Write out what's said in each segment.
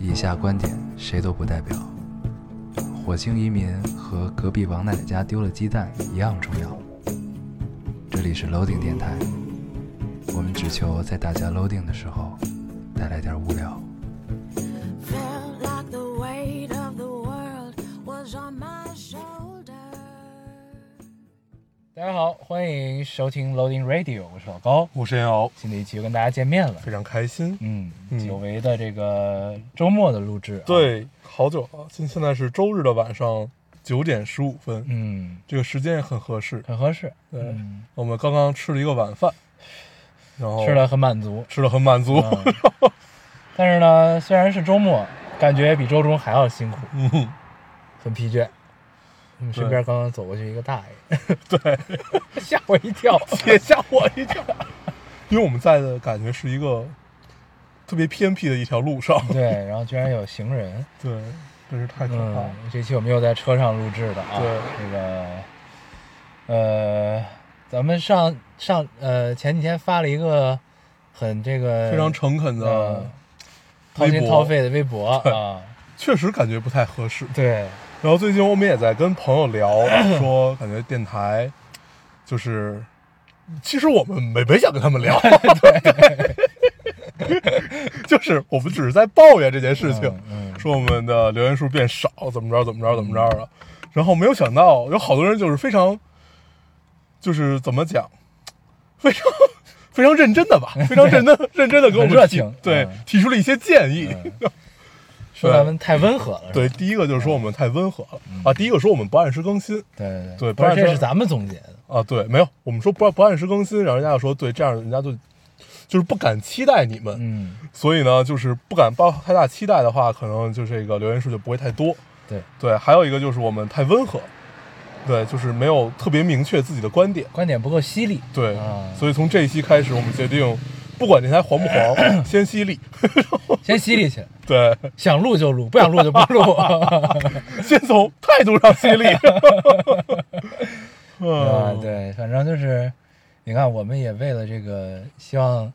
以下观点谁都不代表。火星移民和隔壁王奶奶家丢了鸡蛋一样重要。这里是 Loading 电台，我们只求在大家 Loading 的时候带来点无聊。 Felt like the weight of the world was on my shoulders. 大家好，欢迎收听 Loading Radio，我是老高。我是严敖，新的一期又跟大家见面了，非常开心。嗯，嗯久违的这个周末的录制、啊。，对，好久了，现现在是周日的晚上九点十五分，嗯，这个时间也很合适。很合适，对，嗯，我们刚刚吃了一个晚饭，然后吃的很满足。吃的很满足。嗯 但是呢，虽然是周末，感觉比周中还要辛苦，嗯，很疲倦。我们身对边刚刚走过去一个大爷， 对，吓我一 跳，也吓我一跳。因为我们在的感觉是一个特别偏僻的一条路上，对，然后居然有行人，对，真是太可怕嗯了。，这期我们又在车上录制的啊。对这个，呃，咱们上上呃前几天发了一个很这个非常诚恳呃的，掏微心博掏肺的微博 啊。确实感觉不太合适。对，然后最近我们也在跟朋友聊， 说感觉电台就是，其实我们没没想跟他 们聊， 就是我们只是在抱怨这件事情，嗯嗯说我们的留言数变少，怎么着怎么着怎么着了。然后没有想到有好多人就是非常，就是怎么讲，非常。非常认真的吧，非常 认真地、认真的给我们很热提情对嗯，提出了一些建议。说咱们太温和了。是吧对，第一个就是说我们太温和了啊，第一个说我们不按时更新对对对不是不然这说是咱们总结的。啊，对，没有，我们说不不按时更新，然后人家就说对，这样人家就就是不敢期待你们，嗯，所以呢，就是不敢抱太大期待的话，可能就这个留言数就不会太多。对，对，还有一个就是我们太温和，对，就是没有特别明确自己的观点，观点不够犀利。对，啊所以从这一期开始，我们决定不管这台黄 不黄，先犀利， 先犀利起来，对，想录就录，不想录就不 录。 先从态度上犀利。 啊，嗯，对，反正就是，你看，我们也为了这个，希望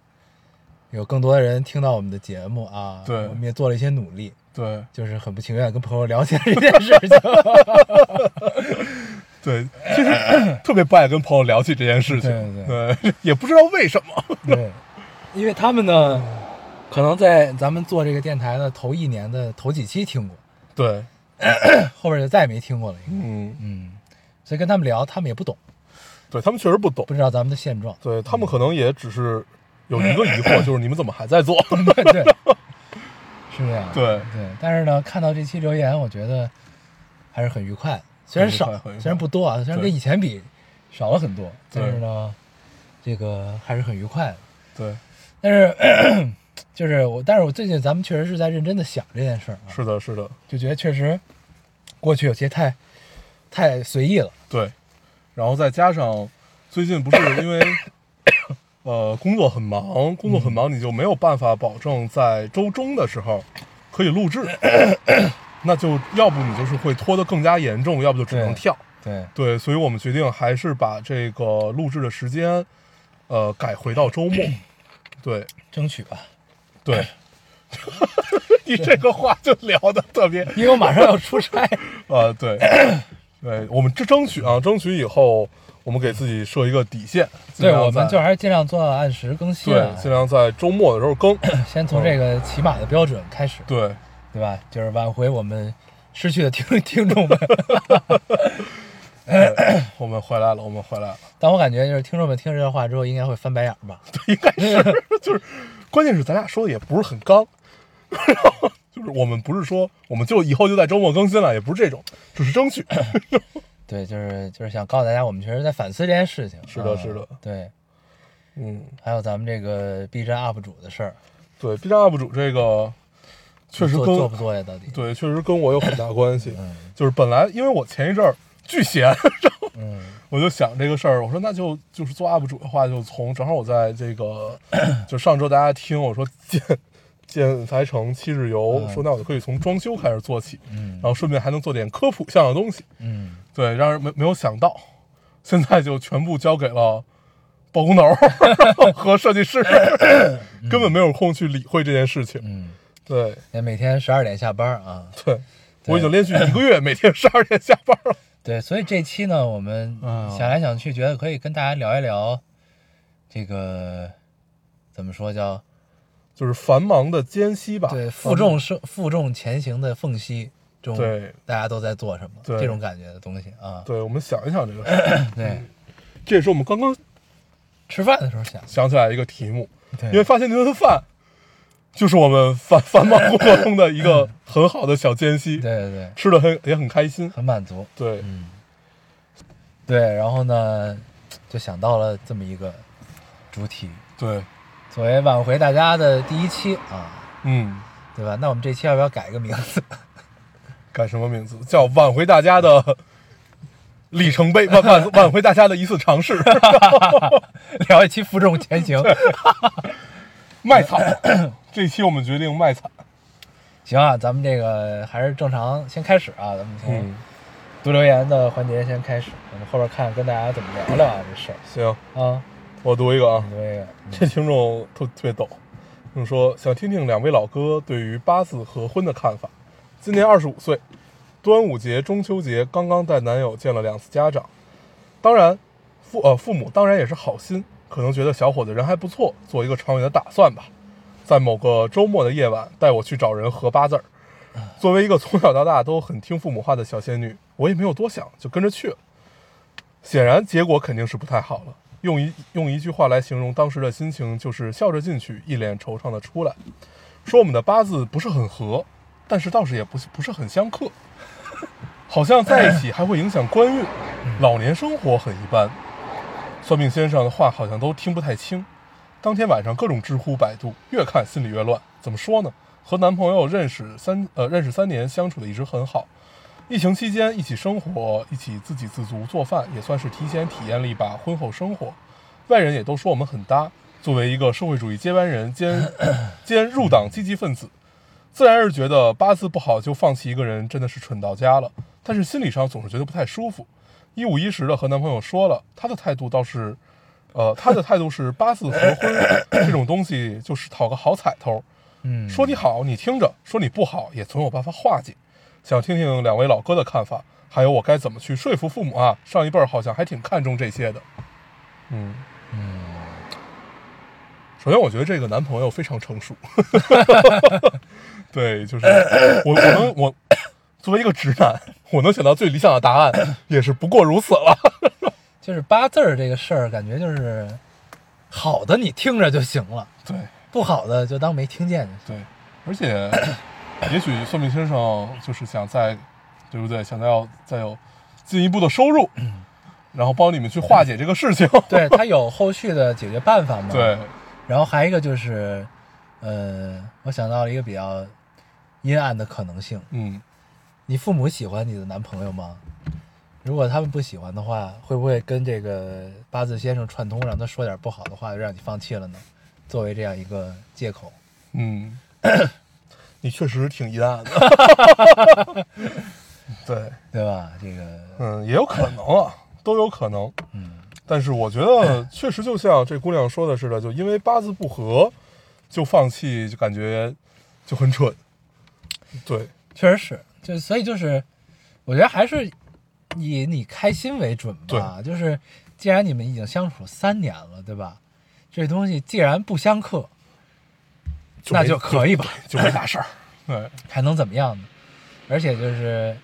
有更多的人听到我们的节目啊。对我们也做了一些努力，对。就是很不情愿地跟朋友聊起来这件事情。对，其实 特别不爱跟朋友聊起这件事情，对对也不知道为什么。 对，因为他们呢，可能在咱们做这个电台的头一年的头几期听过，对，后边就再也没听过了。应该嗯，嗯，所以跟他们聊，他们也不懂，对他们确实不懂不，知道咱们的现状。对他们可能也只是有一个疑惑，就是你们怎么还在做？对 对，是这样。对对，但是呢，看到这期留言，我觉得还是很愉快，虽然少很愉快很愉，快虽然不多啊，虽然跟对以前比少了很多，对但是呢，这个还是很愉快的。 对，但是 咳咳就是我，但是我最近咱们确实是在认真的想这件事儿啊，是的，是的，就觉得确实过去有些太太随意了。对。然后再加上最近不是因为 呃工作很忙，工作很忙，你就没有办法保证在周中的时候可以录制， 那就要不你就是会拖得更加严重，要不就只能对跳。对，对，所以我们决定还是把这个录制的时间，呃，改回到周末。对争取吧， 对，你这个话就聊的特 别，因为我马上要出差。呃， 对，对，我们这争取啊，争取以后我们给自己设一个底线，尽对，量我们在就还是尽量做到按时更新啊对，，尽量在周末的时候更。先从这个起码的标准开始。对对吧？就是挽回我们失去的听 听众们。对我们回来了，我们回来了。但我感觉就是听众们听这段话之后，应该会翻白眼儿吧？应该是，就是，关键是咱俩说的也不是很刚， 就是我们不是说我们就以后就在周末更新了，也不是这种，只是争取。对，就是就是想告诉大家，我们确实在反思这件事情。是的啊是的对，嗯，还有咱们这个 B 站 UP 主的事儿，对，B 站 UP 主这个确实做嗯跟做不做呀？到底？对，确实跟我有很大关系。 就是本来因为我前一阵儿巨闲，然后嗯我就想这个事儿，我说那就就是做 UP 主的话，就从正好我在这个 就上周大家听我说建建材城七日游，嗯说那我就可以从装修开始做起，嗯然后顺便还能做点科普项的东西。嗯，对，让人没没有想到， 现在就全部交给了包 工头儿和设计师，根本没有空去理会这件事情。嗯对也每天十二点下班啊。对，我对已经连续一个月每天十二点下班 了。对，所以这期呢，我们嗯想来想去，觉得可以跟大家聊一聊这个怎么说叫就是繁忙的间隙吧，嗯对负重生负重前行的缝隙中，对大家都在做什么对这种感觉的东西啊。对，我们想一想这个事 儿，对，这也是我们刚刚吃饭的时候想，想起来一个题目，对因为发现这顿饭就是我们繁繁忙工作中的一个很好的小间隙，嗯对嗯对对，吃的很也很开心。很满足。对，对，然后呢，就想到了这么一个主体，对，作为挽回大家的第一期啊，嗯，对吧？那我们这期要不要改一个名字？ 改什么名字？叫挽回大家的里程碑，挽挽挽回大家的一次尝试，聊一期负重前行，卖惨。这期我们决定卖惨。行啊，咱们这个还是正常先开始啊，咱们从嗯，读留言的环节先开始，我们后边看跟大家怎么聊聊啊这事儿行，啊。嗯我读一个啊你，这个这听众特特别逗，听说想听听两位老哥对于八字合婚的看法。今年二十五岁，端午节、中秋节刚刚带男友见了两次家长，当然父呃父母当然也是好心，可能觉得小伙子人还不错，做一个长远的打算吧。在某个周末的夜晚，带我去找人合八字儿。作为一个从小到大都很听父母话的小仙女，我也没有多想，就跟着去了。显然结果肯定是不太好了。用一用一句话来形容当时的心情，就是笑着进去，一脸惆怅的出来，说我们的八字不是很合，但是倒是也不是不是很相克，好像在一起还会影响官运，老年生活很一般。算命先生的话好像都听不太清。当天晚上各种知乎百度，越看心里越乱。怎么说呢？和男朋友认识三呃认识三年，相处的一直很好，疫情期间一起生活，一起自给自足做饭，也算是提前体验了一把婚后生活。外人也都说我们很搭。作为一个社会主义接班人兼兼入党积极分子，自然是觉得八字不好就放弃一个人真的是蠢到家了。但是心理上总是觉得不太舒服。一五一十的和男朋友说了，他的态度倒是，呃，他的态度是八字合婚这种东西就是讨个好彩头，嗯，说你好，你听着；说你不好，也总有办法化解。想听听两位老哥的看法，还有我该怎么去说服父母啊？上一辈儿好像还挺看重这些的。嗯嗯，首先我觉得这个男朋友非常 成熟。对，就是我我能我作为一个直男，我能想到最理想的答案也是不过如此了。就是八字儿这个事儿，感觉就是好的你听着就行了，对不好的就当没听见就行。对，而且也许算命先生就是想在，对不对？想要再有进一步的收入，然后帮你们去化解这个事情。对他有后续的解决办法嘛？对，然后还有一个就是，呃，我想到了一个比较阴暗的可能性：嗯，你父母喜欢你的男朋友吗？如果他们不喜欢的话，会不会跟这个八字先生串通，让他说点不好的话，让你放弃了呢？作为这样一个借口，嗯，你确实挺阴暗的。 对，对吧？这个，嗯，也有可能啊，都有可能。嗯，但是我觉得确实就像这姑娘说的似的，就因为八字不合就放弃，就感觉就很蠢。对，确实是，就所以就是，我觉得还是以你开心为准吧。就是既然你们已经相处三年了，对吧？这东西既然不相克，那没就可以吧，就没大事儿。 对，还能怎么样呢？而且就是，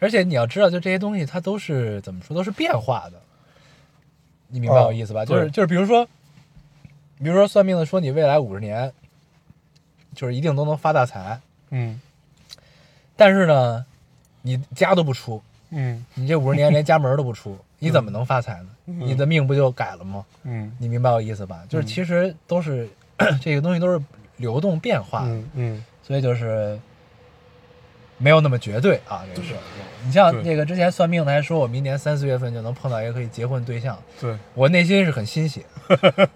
而且你要知道，就这些东西它都是怎么说，都是变化的。你明白哦我意思吧？对就是就是，比如说，比如说算命的说你未来五十年，就是一定都能发大财，嗯但是呢，你家都不出，嗯你这五十年连家门都不出，你怎么能发财呢？你的命不就改了吗？嗯你明白我意思吧？就是其实都是、 这个东西都是流动变化的，嗯嗯，所以就是没有那么绝对啊。这个事儿，你像对这个之前算命的还说我明年三四月份就能碰到一个可以结婚对象，对，我内心是很欣 喜，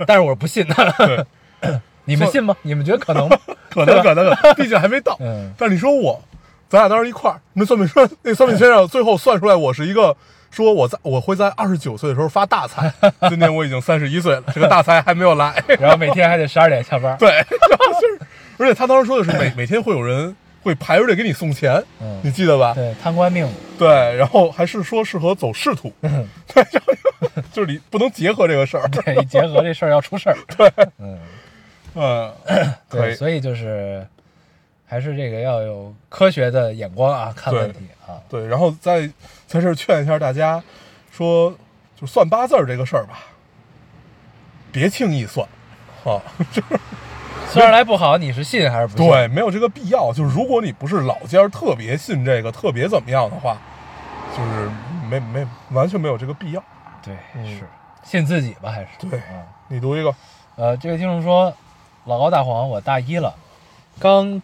但是我不信的。 你们信吗？你们觉得可能吗？ 可能可能，可能，毕竟还没到。嗯但是你说我，咱俩当时一块儿，那算命说 那算命先生最后算出来我是一个。说我在我会在二十九岁的时候发大 财，今 年我已经三十一岁了，这个大财还没有来。然后每天还得十二点下班。对，然后就是而且他当时说的是每每天会有人 会排着队给你送钱，嗯你记得吧？对，贪官命， 对，然后还是说适合走仕途， 对，然后就是 你不能结合这个事儿，对，一结合这事儿要出事儿。对，嗯，嗯，可对，以，所以就是还是这个要有科学的眼光啊，看问题啊。对，然后再在这儿劝一下大家，说就算八字儿这个事儿吧，别轻易算， 啊，虽然来不好，你是信还是不信？对，没有这个必要。就是如果你不是老家儿特别信这个，特别怎么样的话，就是没没完全没有这个必要。对嗯是信自己吧，还是对啊。你读一个，呃，这位听众说，老高大黄，我大一了，刚，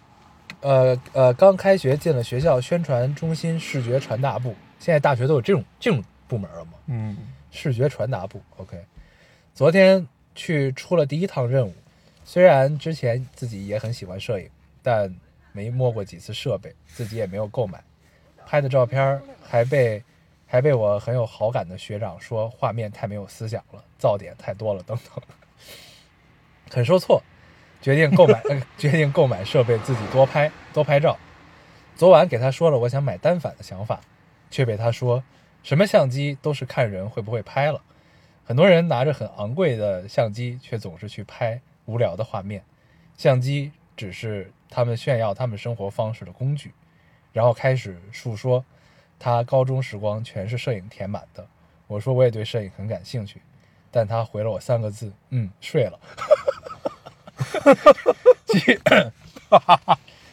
呃呃，刚开学进了学校宣传中心视觉传达部，现在大学都有这种这种部门了吗？嗯，视觉传达部，OK。昨天去出了第一趟任务，虽然之前自己也很喜欢摄影，但没摸过几次设备，自己也没有购买，拍的照片儿还被还被我很有好感的学长说画面太没有思想了，噪点太多了等等，很受挫，决定购买、 呃决定购买设备自己多拍多拍照。昨晚给他说了我想买单反的想法，却被他说什么相机都是看人会不会拍了。很多人拿着很昂贵的相机，却总是去拍无聊的画面。相机只是他们炫耀他们生活方式的工具，然后开始述说他高中时光全是摄影填满的。我说我也对摄影很感兴趣，但他回了我三个字：嗯，睡了。其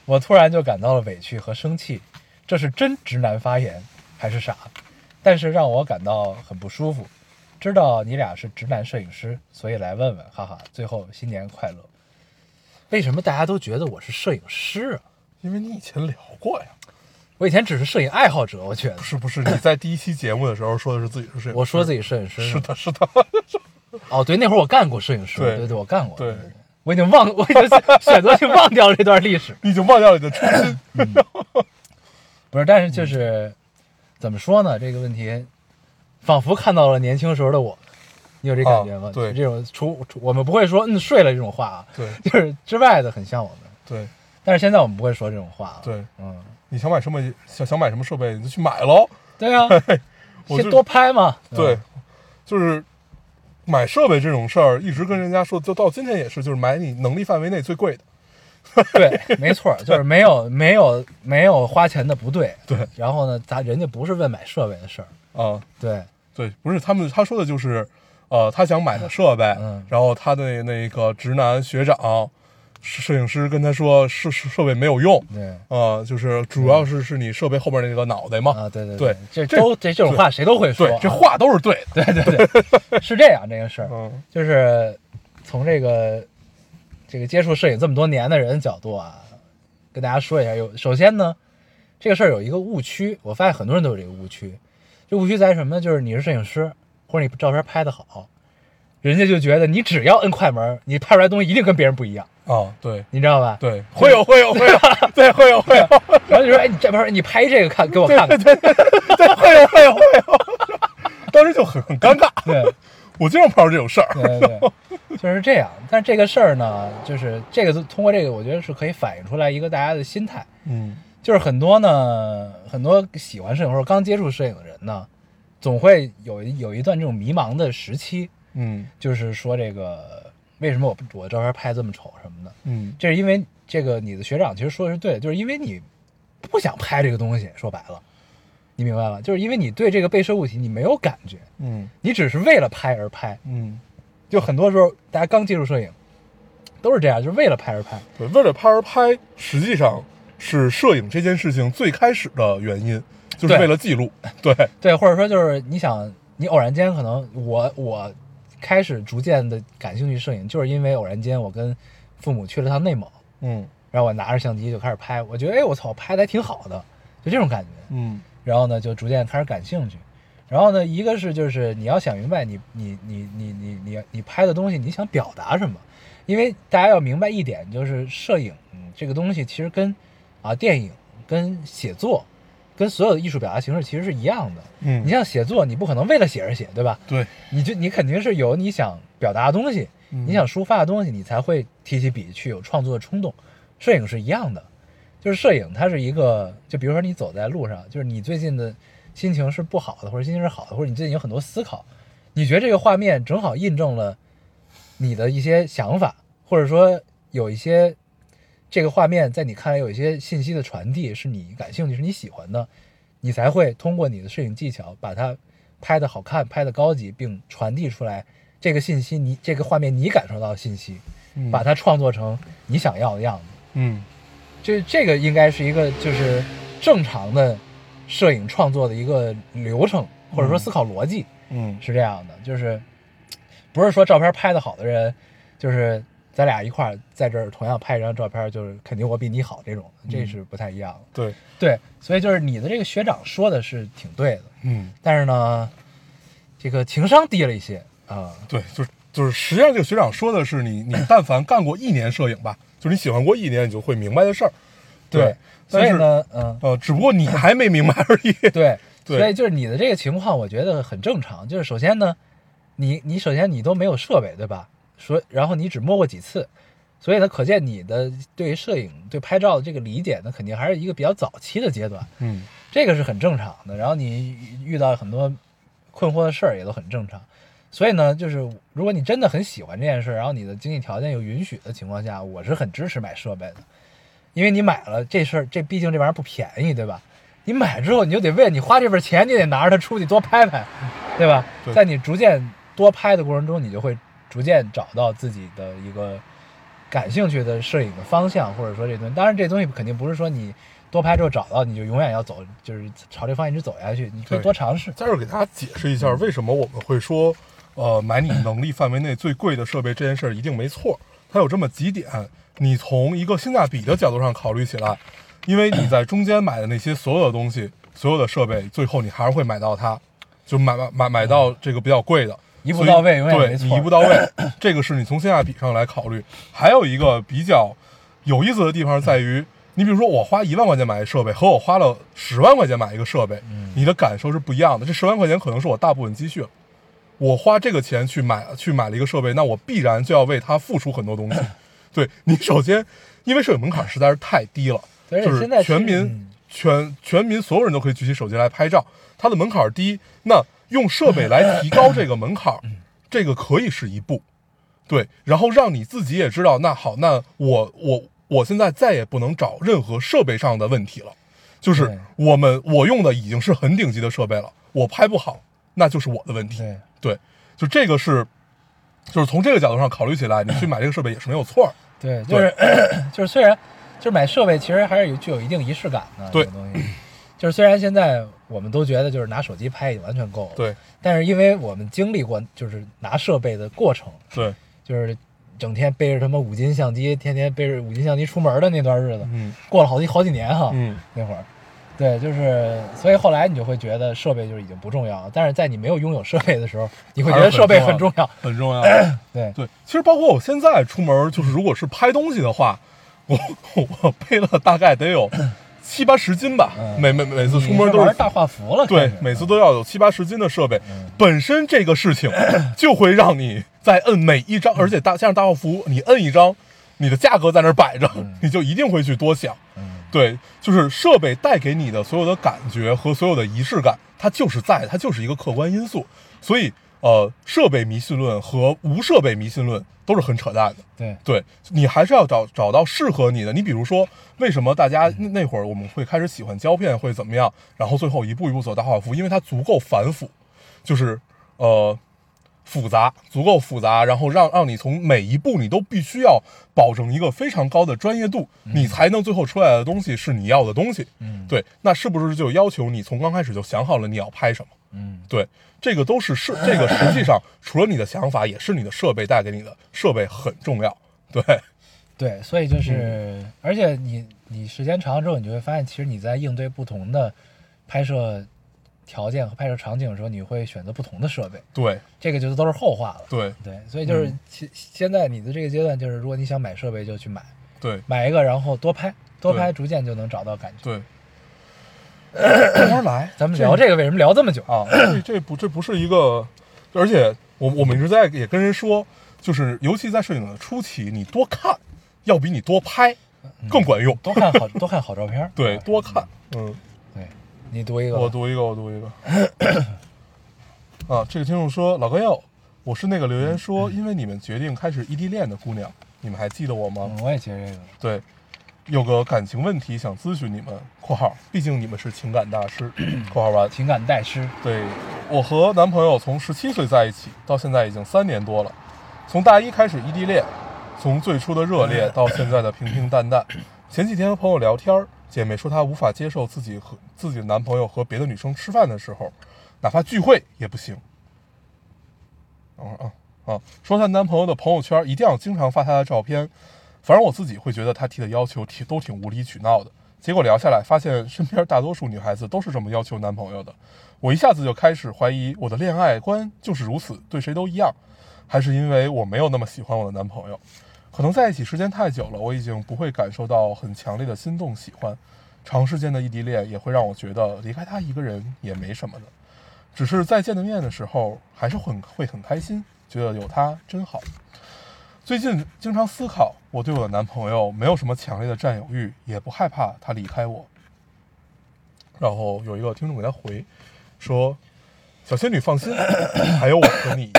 我突然就感到了委屈和生气，这是真直男发言还是傻？但是让我感到很不舒服。知道你俩是直男摄影师，所以来问问，哈哈。最后新年快乐。为什么大家都觉得我是摄影师啊？因为你以前聊过呀，我以前只是摄影爱好者，我觉得不是不是？你在第一期节目的时候说的是自己是谁？我说自己摄影师是呢的，是的，哦，对，那会儿我干过摄影师，对对我干过。对，我已经忘，我已经 选择性忘掉这段历史。你已经忘掉了你的初心。嗯不是，但是嗯就是、怎么说呢？这个问题，仿佛看到了年轻时候的我，你有这感觉吗？啊对这种除除我们不会说嗯睡了这种话啊，对就是之外的很像我们，对但是现在我们不会说这种话了。，对，嗯，你想买什么想想买什么设备，你就去买喽。对啊，我先就多拍嘛。 嗯对吧，就是买设备这种事儿，一直跟人家说，就到今天也是，就是买你能力范围内最贵的。对，没错，就是没有没有没有花钱的不对。对，然后呢，咱人家不是问买设备的事儿，啊、对，对，不是他们他说的就是，呃，他想买的设备，嗯然后他的那个直男学长，摄摄影师跟他说设设设备没有用，对。呃，就是主要是是你设备后边那个脑袋嘛，啊，对对哦对这这都这这种话谁都会说对啊，，这话都是对的，对对对， 是这样这个事儿，嗯就是从这个这个接触摄影这么多年的人角度啊，跟大家说一下。有首先呢，这个事儿有一个误区，我发现很多人都有这个误区。这误区在于什么呢？就是你是摄影师，或者你照片拍得好，人家就觉得你只要摁快门，你拍出来的东西一定跟别人不一样，啊，对你知道吧？。对，会有会有会 有，对，会有会有，然后就说：“哎，你这不是你拍这个看给我看看。对，会有会有会有， 当时就很很尴尬，对”我经常碰到这种事儿， 对对对，就是这样。但这个事儿呢，就是这个通过这个，我觉得是可以反映出来一个大家的心态，嗯就是很多呢，很多喜欢摄影或者刚接触摄影的人呢，总会有一有一段这种迷茫的时期，嗯就是说这个为什么我不我照片拍这么丑什么的，嗯，这是因为这个你的学长其实说的是对的，就是因为你不想拍这个东西，说白了。你明白吗？就是因为你对这个被摄物体你没有感觉，嗯你只是为了拍而拍，嗯，就很多时候大家刚接触摄影，都是这样，就是为了拍而拍。对，为了拍而拍，实际上是摄影这件事情最开始的原因，就是对为了记录。对， 对，或者说就是你想，你偶然间可能我我开始逐渐的感兴趣摄影，就是因为偶然间我跟父母去了趟内蒙，嗯然后我拿着相机就开始拍，我觉得哎我操拍的还挺好的，就这种感觉。嗯然后呢就逐渐开始感兴趣。然后呢，一个是就是你要想明白你你你你你你你拍的东西你想表达什么，因为大家要明白一点，就是摄影、嗯、这个东西其实跟啊电影、跟写作、跟所有的艺术表达形式其实是一样的。嗯你像写作，你不可能为了写而写，对吧？对，你就你肯定是有你想表达的东西，嗯你想抒发的东西，你才会提起笔去有创作的冲动，摄影是一样的，就是摄影它是一个，就比如说你走在路上，就是你最近的心情是不好的，或者心情是好的，或者你最近有很多思考，你觉得这个画面正好印证了你的一些想法，或者说有一些这个画面在你看来有一些信息的传递是你感兴趣、是你喜欢的，你才会通过你的摄影技巧把它拍的好看、拍的高级，并传递出来这个信息你，这个画面你感受到的信息，嗯把它创作成你想要的样子。嗯这这个应该是一个就是正常的摄影创作的一个流程，或者说思考逻辑嗯是这样的，就是不是说照片拍的好的人，就是咱俩一块儿在这儿同样拍一张照片，就是肯定我比你好这种的，这是不太一样的。对对，所以就是你的这个学长说的是挺对的，嗯但是呢，这个情商低了一些啊、对，就是就是，实际上这个学长说的是你你但凡干过一年摄影吧， 就是你喜欢过一年，你就会明白的事儿。对，所但以是呢，嗯，呃，只不过你还没明白而已。对，对所以就是你的这个情况，我觉得很正常。就是首先呢，你你首先你都没有设备，对吧？所以然后你只摸过几次，所以呢，可见你的对于摄影、对拍照的这个理解呢，肯定还是一个比较早期的阶段，嗯这个是很正常的。然后你遇到很多困惑的事儿也都很正常。所以呢，就是如果你真的很喜欢这件事，然后你的经济条件又允许的情况下，我是很支持买设备的，因为你买了这事儿，这毕竟这玩意儿不便宜，对吧？你买之后，你就得为你花这份钱，你得拿着它出去多拍拍，对吧？对在你逐渐多拍的过程中，你就会逐渐找到自己的一个感兴趣的摄影的方向，或者说这东西。当然，这东西肯定不是说你多拍之后找到你就永远要走，就是朝这方向一直走下去，你可以对多尝试。在这儿给大家解释一下，为什么我们会说，呃，买你能力范围内最贵的设备这件事儿一定没错。它有这么几点，你从一个性价比的角度上考虑起来，因为你在中间买的那些所有的 东西、所有的设备，最后你还是会买到它，就买买买买到这个比较贵的。一步所以到位永远对没错你一步到位， 这个是你从性价比上来考虑。还有一个比较有意思的地方在嗯于，你比如说我花一万块钱买一设备，和我花了十万块钱买一个设备，嗯你的感受是不一样的。这十万块钱可能是我大部分积蓄了，我花这个钱去买去买了一个设备，那我必然就要为它付出很多 东西。对你首先，因为摄影门槛实在是太低了，对就是现在其实全民、嗯全全民所有人都可以举起手机来拍照，它的门槛低，那用设备来提高这个门槛，嗯这个可以是一步，对，然后让你自己也知道，那好，那我我我现在再也不能找任何设备上的问题了，就是对我们我用的已经是很顶级的设备了，我拍不好，那就是我的问题，对，对，就这个是，就是从这个角度上考虑起来，你去买这个设备也是没有错儿。对，就是就是 虽然就是买设备，其实还是有具有一定仪式感的。对这个东西，就是虽然现在我们都觉得就是拿手机拍已经完全够了，，对但是因为我们经历过就是拿设备的过程，对，就是整天背着他妈五金相机，天天背着五金相机出门的那段日子，嗯过了好几好几年哈，嗯，那会儿。对，就是，所以后来你就会觉得设备就是已经不重要了，但是在你没有拥有设备的时候，你会觉得设备很重要。很重要。对， 对，其实包括我现在出门，就是如果是拍东西的话，我 我背了大概得有七八十斤吧，嗯每每每次出你门是都玩是大嗯画幅了，对开始，每次都要有七八十斤的设备，嗯本身这个事情 就会让你在摁每一张，而且大加上大画幅，你摁一张，你的价格在那儿摆着，嗯你就一定会去多想。对，就是设备带给你的所有的感觉和所有的仪式感，它就是在，它就是一个客观因素。所以，呃，设备迷信论和无设备迷信论都是很扯淡的。对，对你还是要找找到适合你的。你比如说，为什么大家那那会儿我们会开始喜欢胶片，会怎么样？然后最后一步一步走大画幅，因为它足够繁复，就是呃复杂，足够复杂，然后让让你从每一步你都必须要保证一个非常高的专业度，你才能最后出来的东西是你要的东西。嗯对，那是不是就要求你从刚开始就想好了你要拍什么？嗯，对，这个都是是这个实际上除了你的想法，也是你的设备带给你的，设备很重要。对，对，所以就是，嗯而且你你时间长了之后，你就会发现，其实你在应对不同的拍摄条件和拍摄场景的时候，你会选择不同的设备，对，这个就都是后话了。对，嗯对，所以就是其、现在你的这个阶段，就是如果你想买设备，就去买，对，买一个，然后多拍，多拍，对逐渐就能找到感觉。对。慢慢来，咱们聊这个为什么聊这么久？啊，这这不这不是一个，而且我我们一直在也跟人说，就是尤其在摄影的初期，你多看要比你多拍更管用。多看好多看好照片儿。对，啊多看。嗯，对，你读一个吧。我读一个，我读一个。啊，这个听众说，老高要，我是那个留言说，嗯因为你们决定开始异地恋的姑娘，你们还记得我吗？嗯，我也接这个。对，有个感情问题想咨询你们（括号），毕竟你们是情感大师）（括号完）。情感代师，对，我和男朋友从十七岁在一起，到现在已经三年多了。从大一开始异地恋，从最初的热烈到现在的平平淡淡。前几天和朋友聊天儿，姐妹说她无法接受自己和自己的男朋友和别的女生吃饭的时候，哪怕聚会也不行。等会儿啊啊，说她男朋友的朋友圈一定要经常发她的照片。反正我自己会觉得她提的要求挺都挺无理取闹的。结果聊下来，发现身边大多数女孩子都是这么要求男朋友的。我一下子就开始怀疑我的恋爱观就是如此，对谁都一样，还是因为我没有那么喜欢我的男朋友？可能在一起时间太久了，我已经不会感受到很强烈的心动喜欢。长时间的异地恋也会让我觉得离开他一个人也没什么的，只是再见的面的时候还是很会很开心，觉得有他真好。最近经常思考，我对我的男朋友没有什么强烈的占有欲，也不害怕他离开我。然后有一个听众给他回，说：“小仙女放心，还有我和你，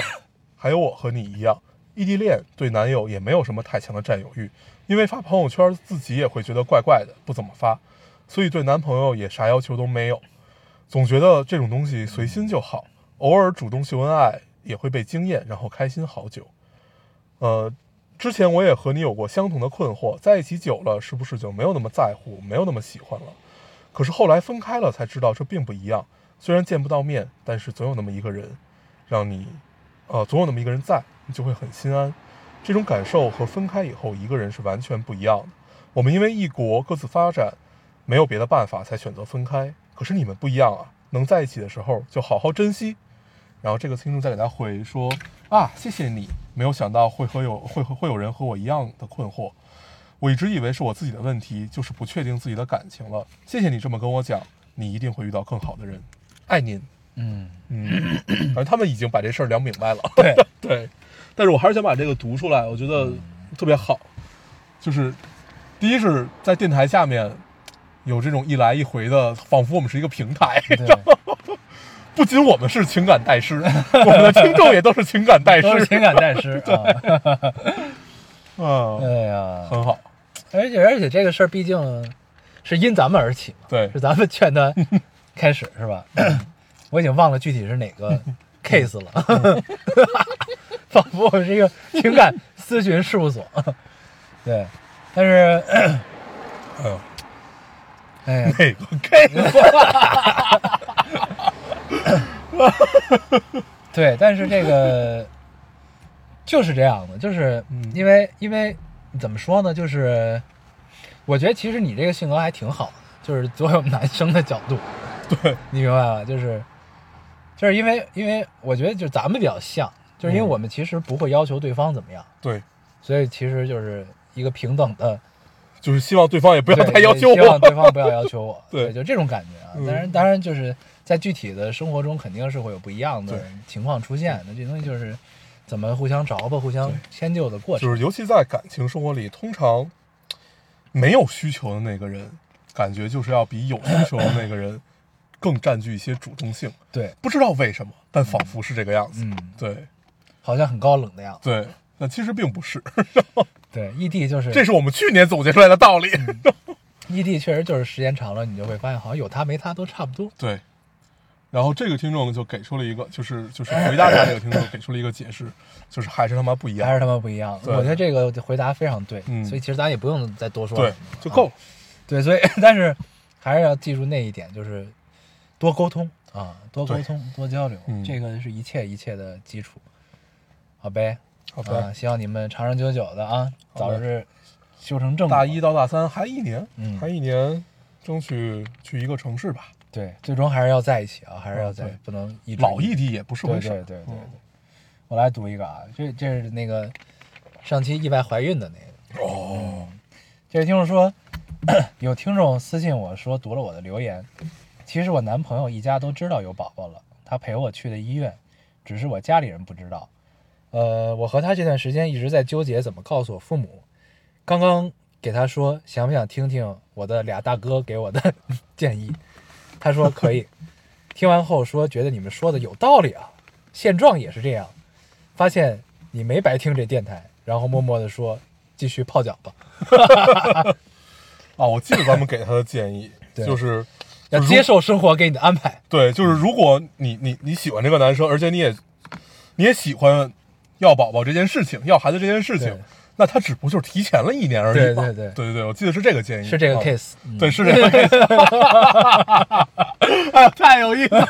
还有我和你一样，异地恋对男友也没有什么太强的占有欲，因为发朋友圈自己也会觉得怪怪的，不怎么发，所以对男朋友也啥要求都没有，总觉得这种东西随心就好，偶尔主动秀恩爱也会被惊艳，然后开心好久。呃，之前我也和你有过相同的困惑，在一起久了是不是就没有那么在乎，没有那么喜欢了？可是后来分开了才知道这并不一样。虽然见不到面，但是总有那么一个人，让你，呃，总有那么一个人在，你就会很心安。这种感受和分开以后一个人是完全不一样的。我们因为异国各自发展，没有别的办法才选择分开。可是你们不一样啊，能在一起的时候就好好珍惜。然后这个听众再给他回说啊，谢谢你，没有想到会和有会会有人和我一样的困惑。我一直以为是我自己的问题，就是不确定自己的感情了。谢谢你这么跟我讲，你一定会遇到更好的人，爱您。嗯，嗯，反正他们已经把这事儿聊明白了。 对，对，但是我还是想把这个读出来，我觉得特别好。嗯就是第一是在电台下面有这种一来一回的，仿佛我们是一个平台。对， 不仅我们是情感代师，我们的听众也都是情感代都是师。情感代 师啊。嗯，对呀，很好。而且而且这个事儿毕竟是因咱们而起嘛，对 是咱们劝他开始是吧？我已经忘了具体是哪个 case 了， 仿佛我是一个情感咨询事务所。对，但是， 哎呦，哎呀，哪个 gay？对，但是这 个就是这样的，就是嗯因为、因为怎么说呢，就是我觉得其实你这个性格还挺好的，就是作为我们男生的角度，对，你明白吧？就是就是因为因为我觉得就咱们比较像，就是因为嗯我们其实不会要求对方怎么样，对，所以其实就是一个平等的，就是希望对方也不要对太要求希望我。对方不要要求我， 对就这种感觉啊。嗯当然，当然就是在具体的生活中，肯定是会有不一样的对情况出现的。这东西就是怎么互相着吧、互相迁就的过程。就是尤其在感情生活里，通常没有需求的那个人，感觉就是要比有需求的那个人更占据一些主 动性。对，不知道为什么，但仿佛是这个样子。嗯，对好像很高冷的样子。对，但其实并不是，对，异地就是这是我们去年总结出来的 道理。异地，确实就是时间长了，你就会发现好像有他没他都差不多。对。然后这个听众就给出了一个，就是就是回答他这个听众给出了一个解释，就是还是他妈不一还样是，他妈不一样，对我觉得这个回答非常对，嗯所以其实咱也不用再多说了对，就够了。对，所以但是还是要记住那一点，就是多沟通啊，多沟通，多交流，嗯这个是一切一切的基础。好呗，好啊，的，希望你们长长久久的啊，好早的日修成正果。大一到大三还一年，嗯还一年，争取去一个城市吧。对，最终还是要在一起啊，还是要嗯在对，不能一直老异地也不是对对回事对儿。对对嗯对，我来读一个啊，这这是那个上期意外怀孕的那个。哦，这位听众说， 有听众私信我说读了我的留言，其实我男朋友一家都知道有宝宝了，他陪我去的医院，只是我家里人不知道。呃，我和他这段时间一直在纠结怎么告诉我父母。刚刚给他说想不想听听我的俩大哥给我的 建议，他说可以。听完后说觉得你们说的有道理啊，现状也是这样。发现你没白听这电台，然后默默的说继续泡脚吧，啊，我记得咱们给他的建议 对嗯就是要就是如接受生活给你的安 排。对，就是如果你你你喜欢这个男生，而且你也你也喜欢要宝宝这件事情，要孩子这件事情对，那他只不过就是提前了一年而已嘛。对对对对对对我记得是这个建议，是这个啊 case，、嗯、 对，是这个 case。哎呀，太有意思了。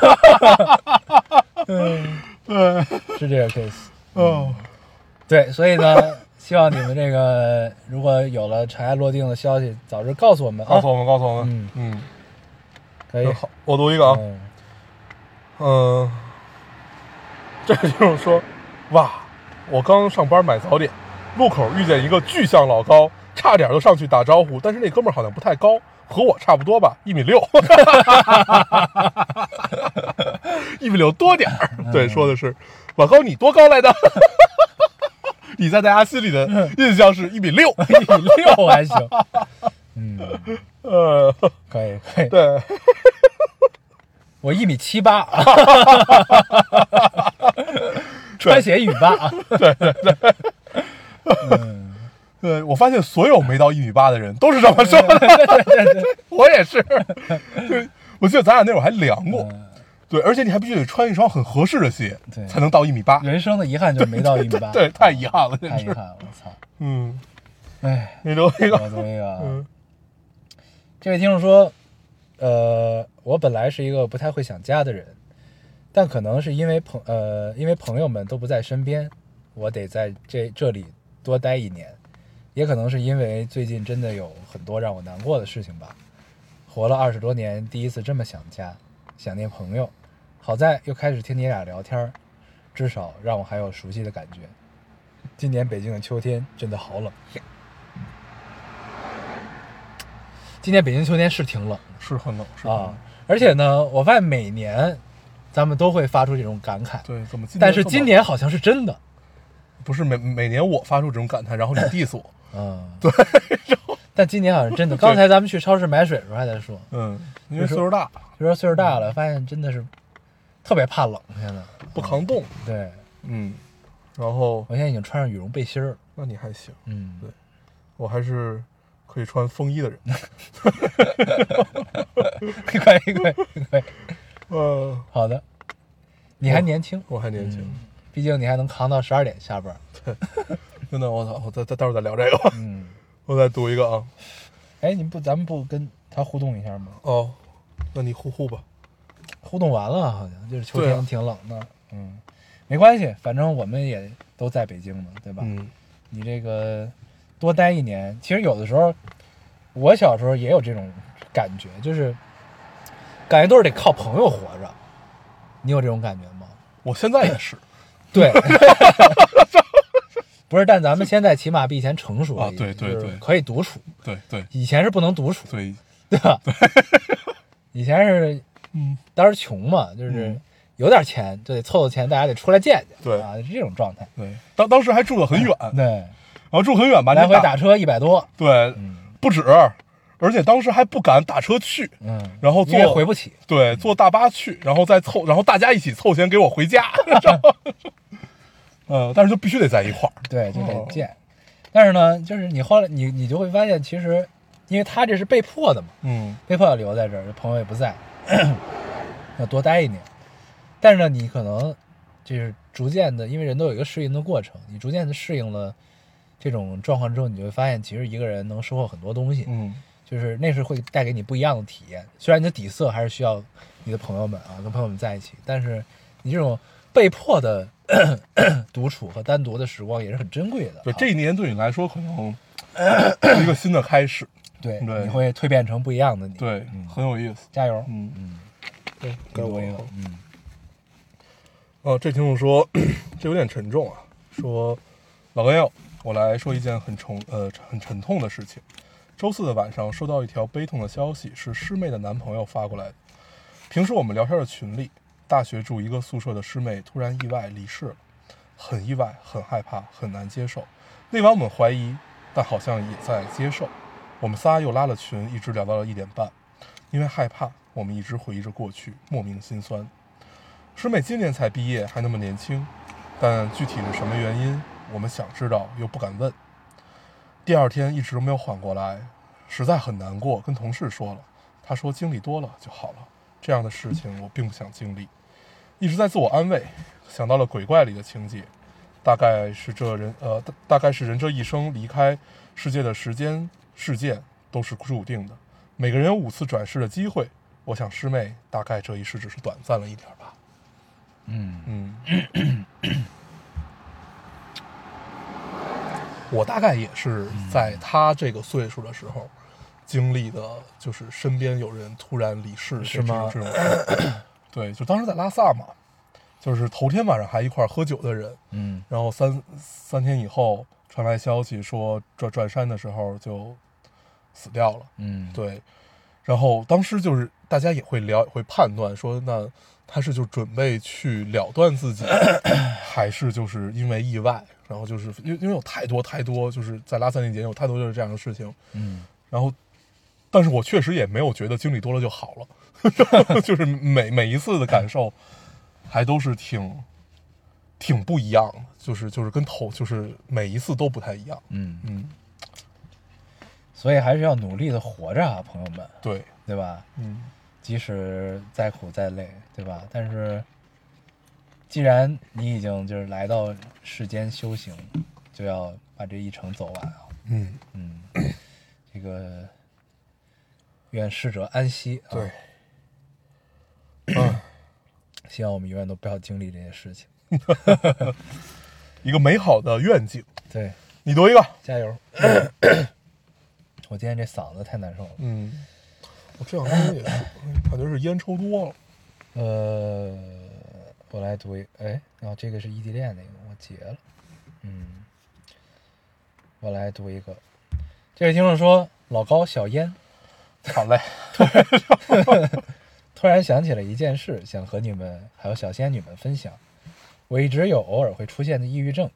对，是这个 case。嗯，对，所以 呢，希望你们这个如果有了尘埃落定的消息，早日告诉我们告啊诉，我们，告诉我们嗯，哎嗯，可以。哦好，我读一个啊，嗯，嗯， 这个听众说，哇，我刚上班买早点，路口遇见一个巨像老高，差点就上去打招呼，但是那哥们儿好像不太高，和我差不多吧，一米六， 一米六多点儿。对，说的是老高，你多高来的？ 你在大家心里的印象是一米六， 一米六还行。嗯，呃，可以可以。对，我一米七 八，穿鞋一米八啊。对，我发现所有没到一米八的人都是这么说的，我也 是。对，我记得咱俩那会儿还量过，对，而且你还必须得穿一双很合适的鞋对，才能到一米八。人生的遗憾就是没到一米八， 对，太遗憾了，太真遗是憾。了，我操！嗯，哎，你留一我个，作为啊，嗯这位听众说，呃，我本来是一个不太会想家的人，但可能是因为朋呃，因为朋友们都不在身边，我得在这这里多待一年，也可能是因为最近真的有很多让我难过的事情吧。活了二十多年，第一次这么想家，想念朋友。好在又开始听你俩聊天儿，至少让我还有熟悉的感觉。今年北京的秋天真的好冷。今年北京秋天是挺冷是很冷，是的啊，，而且呢，我发现每年咱们都会发出这种感慨，对，怎么？但是今年好像是真的，不是每每年我发出这种感叹，然后你 diss 我，嗯，对。但今年好像是真的。刚才咱们去超市买水的时候还在说，嗯嗯，因为岁数大就说岁数大了，发现真的是特别怕冷。现在，不抗冻，对嗯，然后我现在已经穿上羽绒背心儿了，那你还行，嗯，对我还是可以穿风 衣的人。对， 快快快，嗯，好的，你还年轻，我还年轻。毕竟你还能扛到十二点下班，真的，我操！我再再待会儿再聊这个，嗯， 我再读一个啊。哎，你不咱们不跟他互动一下吗？哦，那你呼呼吧。互动完了，好像就是秋对啊天挺冷的，嗯，没关系，反正我们也都在北京嘛，对吧？嗯你这个多待一年，其实有的时候，我小时候也有这种感觉，就是感觉都是得靠朋友活着，你有这种感觉吗？我现在也是对， 不是，但咱们现在起码比以前成熟了啊一点，对对就是对可以独处，对对以前是不能独处，对，对吧？以前是嗯，当时穷嘛，就是嗯有点钱就得凑凑钱，大家得出来见见，对啊啊，就这种状态。对。当当时还住得很远，然对，后住很远吧，嗯 来你回打车一百多，对，不止，而且当时还不敢打车去，嗯，然后因为坐回不起，对，坐大巴去，然后再凑，然后大家一起凑钱给我回家。 嗯，但是就必须得在一块儿。对，就得哦见。但是呢，就是你后来你你就会发现，其实因为他这是被迫的嘛，嗯被迫要留在这儿，朋友也不在， 要多待一年。但是呢，你可能就是逐渐的，因为人都有一个适应的过程，你逐渐的适应了这种状况之后，你就会发现，其实一个人能收获很多东西。嗯，就是那是会带给你不一样的体验。虽然你的底色还是需要你的朋友们啊，跟朋友们在一起，但是你这种被迫的 独处和单独的时光也是很珍贵的啊、对，这一年对你来说可能是一个新的开始，对对你会蜕变成不一样的你。，对，很有意思。加油！嗯嗯，对，给我我一一个个。嗯。哦，这听众说，这有点沉重啊。说，老朋友，我来说一件很重呃很沉痛的事情。周四的晚上，收到一条悲痛的消息，是师妹的男朋友发过来的。平时我们聊天的群里，大学住一个宿舍的师妹突然意外离世了，很意外，很害怕，很难接受。那晚我们怀疑但好像也在接受。我们仨又拉了群，一直聊到了一点半。因为害怕，我们一直回忆着过去，莫名心酸。师妹今年才毕业，还那么年轻，但具体是什么原因，我们想知道又不敢问。第二天一直没有缓过来，实在很难过，跟同事说了，他说经历多了就好了，这样的事情我并不想经历，一直在自我安慰，想到了鬼怪里的情节，大概是这人呃大大概是人这一生离开世界的时间事件都是注定的，每个人有五次转世的机会，我想师妹大概这一世只是短暂了一点儿吧。嗯，嗯， 我大概也是在他这个岁数的时候经历的，就是身边有人突然离世是吗这种这种 对，就当时在拉萨嘛，就是头天晚上还一块儿喝酒的人，嗯，然后三三天以后传来消息说转转山的时候就死掉了。嗯，对，然后当时就是大家也会聊，也会判断说，那他是就准备去了断自己，还是就是因为意外，然后就是因为因为有太多太多，就是在拉萨那几年有太多就是这样的事情，嗯，然后，但是我确实也没有觉得经历多了就好了， 就是每每一次的感受，还都是挺挺不一样的，就是就是跟头就是每一次都不太一样，嗯，嗯，所以还是要努力的活着啊，朋友们，对，对吧？嗯，即使再苦再累，对吧？但是，既然你已经就是来到世间修行，就要把这一程走完啊。嗯，嗯，这个愿逝者安息啊。对，嗯。希望我们永远都不要经历这些事情。一个美好的愿景。对，你读一个，加油！ 我今天这嗓子太难受了。嗯，我这两天也是，感觉是烟抽多了。呃，我来读一，哎，哦，这个是异地恋那个，我截了。嗯，我来读一个。这位听众说，老高小烟好嘞，突然想起了一件事，想和你们还有小仙女们分享。我一直有偶尔会出现的抑郁症，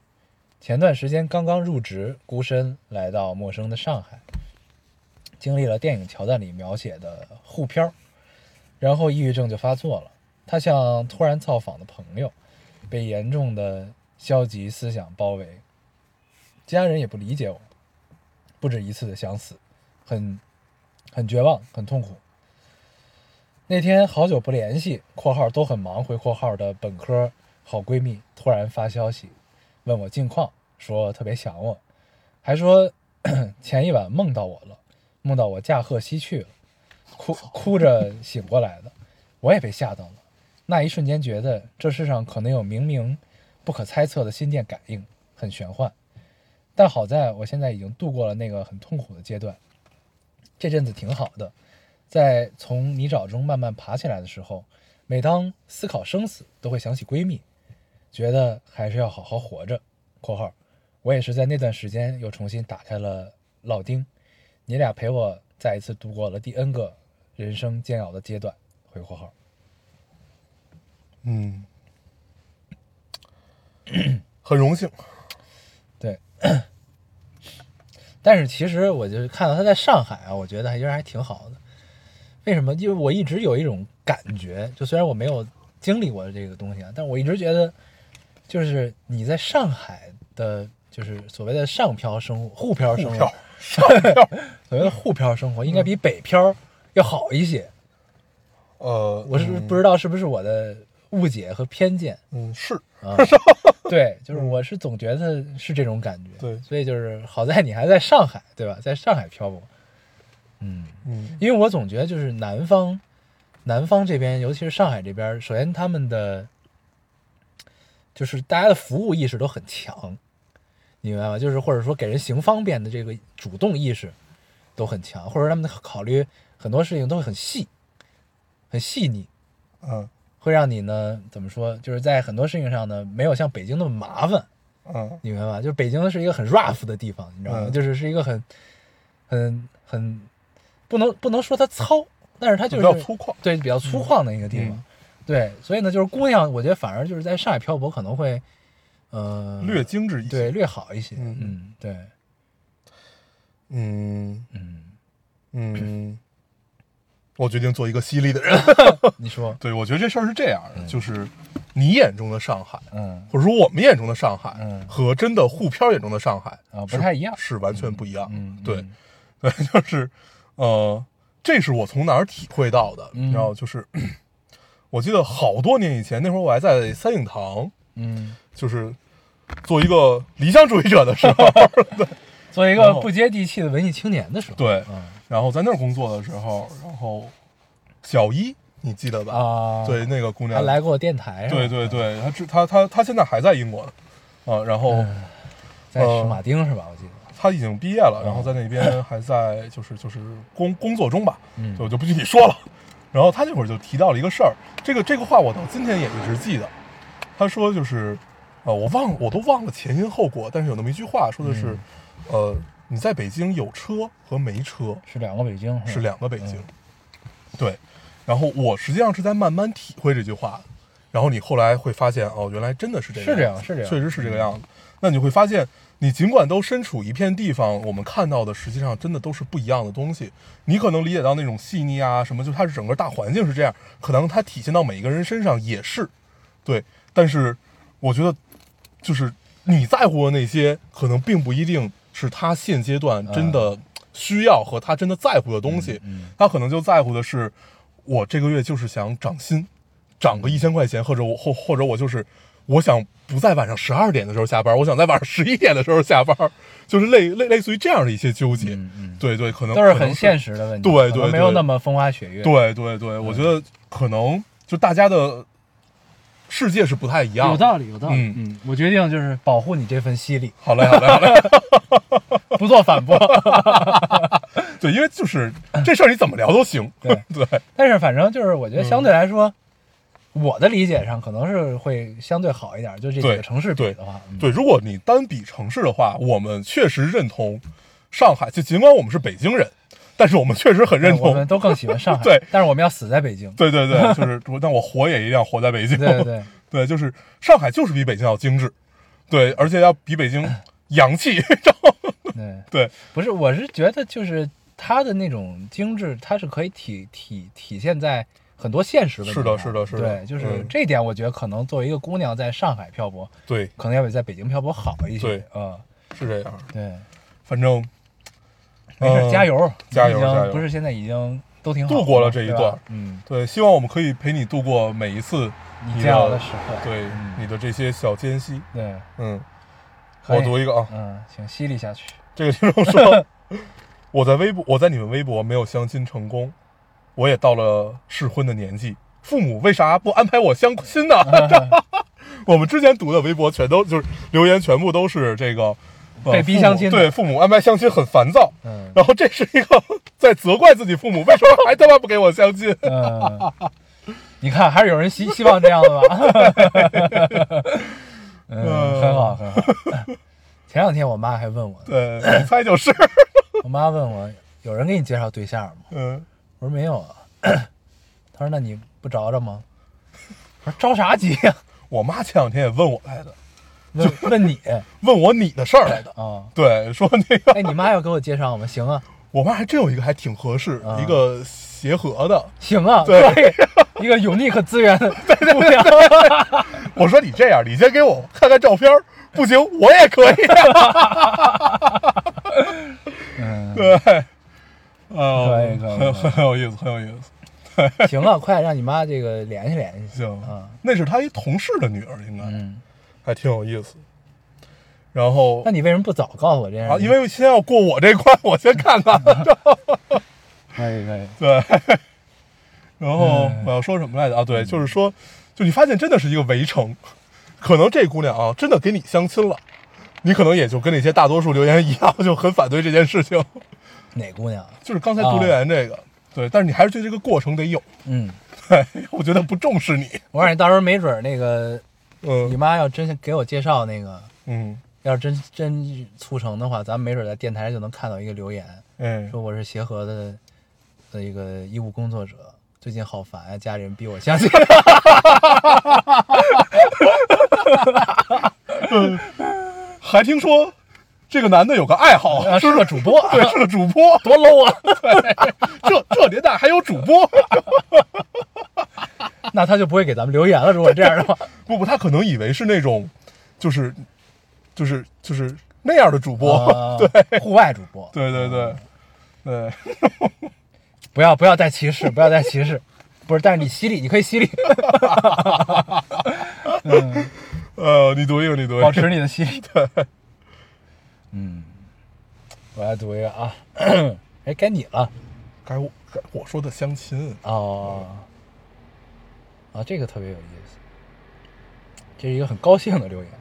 前段时间刚刚入职，孤身来到陌生的上海，经历了电影桥段里描写的沪漂，然后抑郁症就发作了。他像突然造访的朋友，被严重的消极思想包围，家人也不理解我，不止一次的想死，很很绝望，很痛苦。那天好久不联系（括号都很忙），回括号的本科好闺蜜突然发消息，问我近况，说特别想我，还说 前一晚梦到我了，梦到我驾鹤西去了，哭哭着醒过来的，我也被吓到了。那一瞬间觉得这世上可能有明明不可猜测的心电感应，很玄幻。但好在我现在已经度过了那个很痛苦的阶段，这阵子挺好的。在从泥沼中慢慢爬起来的时候，每当思考生死，都会想起闺蜜，觉得还是要好好活着。（括号）我也是在那段时间又重新打开了老丁，你俩陪我再一次度过了第 N 个人生煎熬的阶段。（回括号嗯， 很荣幸。）对。但是其实我就看到他在上海啊，我觉得还其实还挺好的。为什么？因为我一直有一种感觉，就虽然我没有经历过这个东西啊，但我一直觉得，就是你在上海的，就是所谓的上漂生活、沪漂生活沪、所谓的沪漂生活，应该比北漂要好一些。呃，我是不是不知道是不是我的误解和偏见嗯，是啊？ 对，就是我是总觉得是这种感觉。对所以就是好在你还在上海，对吧？在上海漂泊，嗯。嗯因为我总觉得就是南方，南方这边，尤其是上海这边，首先他们的就是大家的服务意识都很强，你明白吗？就是或者说给人行方便的这个主动意识都很强，或者他们的考虑很多事情都很细，很细腻，嗯会让你呢怎么说？就是在很多事情上呢，没有像北京那么麻烦，嗯你明白吗？就是北京是一个很 rough 的地方，你知道吗？嗯就是是一个很、很、很不能不能说它糙，但是它就是比较粗犷对，比较粗犷的一个地方。嗯对，所以呢，就是姑娘，我觉得反而就是在上海漂泊可能会，呃，略精致一些。对略好一些。嗯嗯，对，嗯嗯，嗯，我决定做一个犀利的人。 你说，对，我觉得这事儿是这样的，就是你眼中的上海，嗯或者说我们眼中的上海，嗯和真的沪漂眼中的上海啊不是太一样是完全不一样的。嗯，对嗯， 对，就是，呃，这是我从哪儿体会到的，嗯你知道，就是我记得好多年以前，那会儿我还在三影堂，嗯，就是做一个理想主义者的时 候，作为一然个后不接地气的文艺青年的时候，对，嗯然后在那儿工作的时候，然后小一，你记得吧？啊，对，，那个姑还娘来过电台，对，对对，她之她她她现在还在英国呢，啊，然后嗯在呃史马丁是吧？我记得，她已经毕业了，然后在那边还在就是就是工工作中吧，嗯就我就不具体说了。然后她那会儿就提到了一个事儿，这个这个话我到今天也一直记得。她说就是，呃，我忘我都忘了前因后果，但是有那么一句话说的是，呃，你在北京有车和没车，是两个北京，吧是两个北嗯京。对，然后我实际上是在慢慢体会这句话，然后你后来会发现，哦，原来真的是这样，是这样是这样嗯确实是这个样子。那你会发现，你尽管都身处一片地方，我们看到的实际上真的都是不一样的东西。你可能理解到那种细腻啊，什么，就它是整个大环境是这样，可能它体现到每一个人身上也是，对。但是我觉得，就是你在乎的那些，可能并不一定是他现阶段嗯真的需要和他真的在乎的东西。他可能就在乎的是，我这个月就是想涨薪，涨个一千块钱，或者我或或者我就是我想不在晚上十二点的时候下班，我想在晚上十一点的时候下班，就是类类类似于这样的一些纠结。嗯嗯，对对，可能都是可能很现实的问题，对可对能没对有那么风花雪月，对对对，我觉得可能就大家的世界是不太一样的。有道理，有道理。嗯嗯，我决定就是保护你这份犀利，好嘞，好嘞，好嘞。不做反 驳。对，因为就是这事儿你怎么聊都行。 对对，但是反正就是，我觉得嗯相对来说，我的理解上可能是会相对好一点。就这几个对城市比对的话，嗯对，如果你单比城市的话，我们确实认同上海，就尽管我们是北京人，但是我们确实很认哎我同，们。都更喜欢上海 对但是我们要死在北京。对对对，就是但我活也一定要活在北 京。对对 对，对，就是上海就是比北京要精致，对，而且要比北京洋气。 对对，不是，我是觉得就是它的那种精致，它是可以体体体现在很多现实问题是上的是的是的对，就是嗯这点，我觉得可能作为一个姑娘在上海漂泊，对，可能要比在北京漂泊好一些。对啊，是这样。对。反正没事，呃加油，加油已经加油不是现在已经都挺好度过了这一段对吧嗯，对，希望我们可以陪你度过每一次你你煎熬的的时刻，对嗯你的这些小间隙。对，嗯，可以我读一个啊，嗯，请犀利下去， 这个听众说，我在微博，我在你们微博没有相亲成功，我也到了适婚的年纪，父母为啥不安排我相亲呢？ 我们之前读的微博全都就是留言，全部都是这个、呃被逼父母相亲的对父母安排相亲很烦躁，嗯然后这是一个在责怪自己父母为什么还他妈不给我相亲。嗯，你看还是有人希希望这样的吧， 嗯，嗯很好很好。前两天我妈还问我，对，你猜就是，我妈问我有人给你介绍对象吗？嗯，我说没有啊，她说那你不找找吗？我说着啥急呀？我妈前两天也问我来的，问问你问我你的事儿来的。啊？对，说那个，哎，你妈要给我介绍吗？行啊，我妈还真有一个还挺合适，啊一个协和的，行啊，对以，一个 unique 资源的姑娘，我说你这样，你先给我看看照片儿，不行 我也可以、嗯，对，哦，可以可以很可以很有意思，很有意思。行啊，快让你妈这个联系联系，行，啊那是他一同事的女儿，应该、嗯，还挺有意思。然后那你为什么不早告诉我这样？啊，因为先要过我这关，我先 看看。可以可以，对， 然后我要说什么来着啊？对，就是说，就你发现真的是一个围城，可能这姑娘啊，真的给你相亲了，你可能也就跟那些大多数留言一样，就很反对这件事情。 哪姑娘？啊就是刚才读留言这个，对，但是你还是对这个过程得有， 嗯，对，我觉得不重视你，我让你到时候没准儿那个你嗯妈要真给我介绍那个，嗯，要是真真促成的话，咱们没准儿在电台就能看到一个留言，哎，说我是协和的的一个医务工作者，最近好烦啊，家里人逼我 相亲，还听说这个男的有个爱好， 啊是个主播对，是个主播，多 low 啊！这这年代还有主播， 那他就不会给咱们留言了。如果这样的话，不不，他可能以为是那种，就是，就是就是那样的主播，啊 对，户外主播， 对对对对，不要不要带歧视，不要带歧 视，不是，但是你犀利，你可以犀利，呃，你读一个，你读一保个，持你的犀 利。嗯，我来读一个啊，哎，该你了 该我该我说的相亲，哦，啊，这个特别有意思，这是一个很高兴的留言。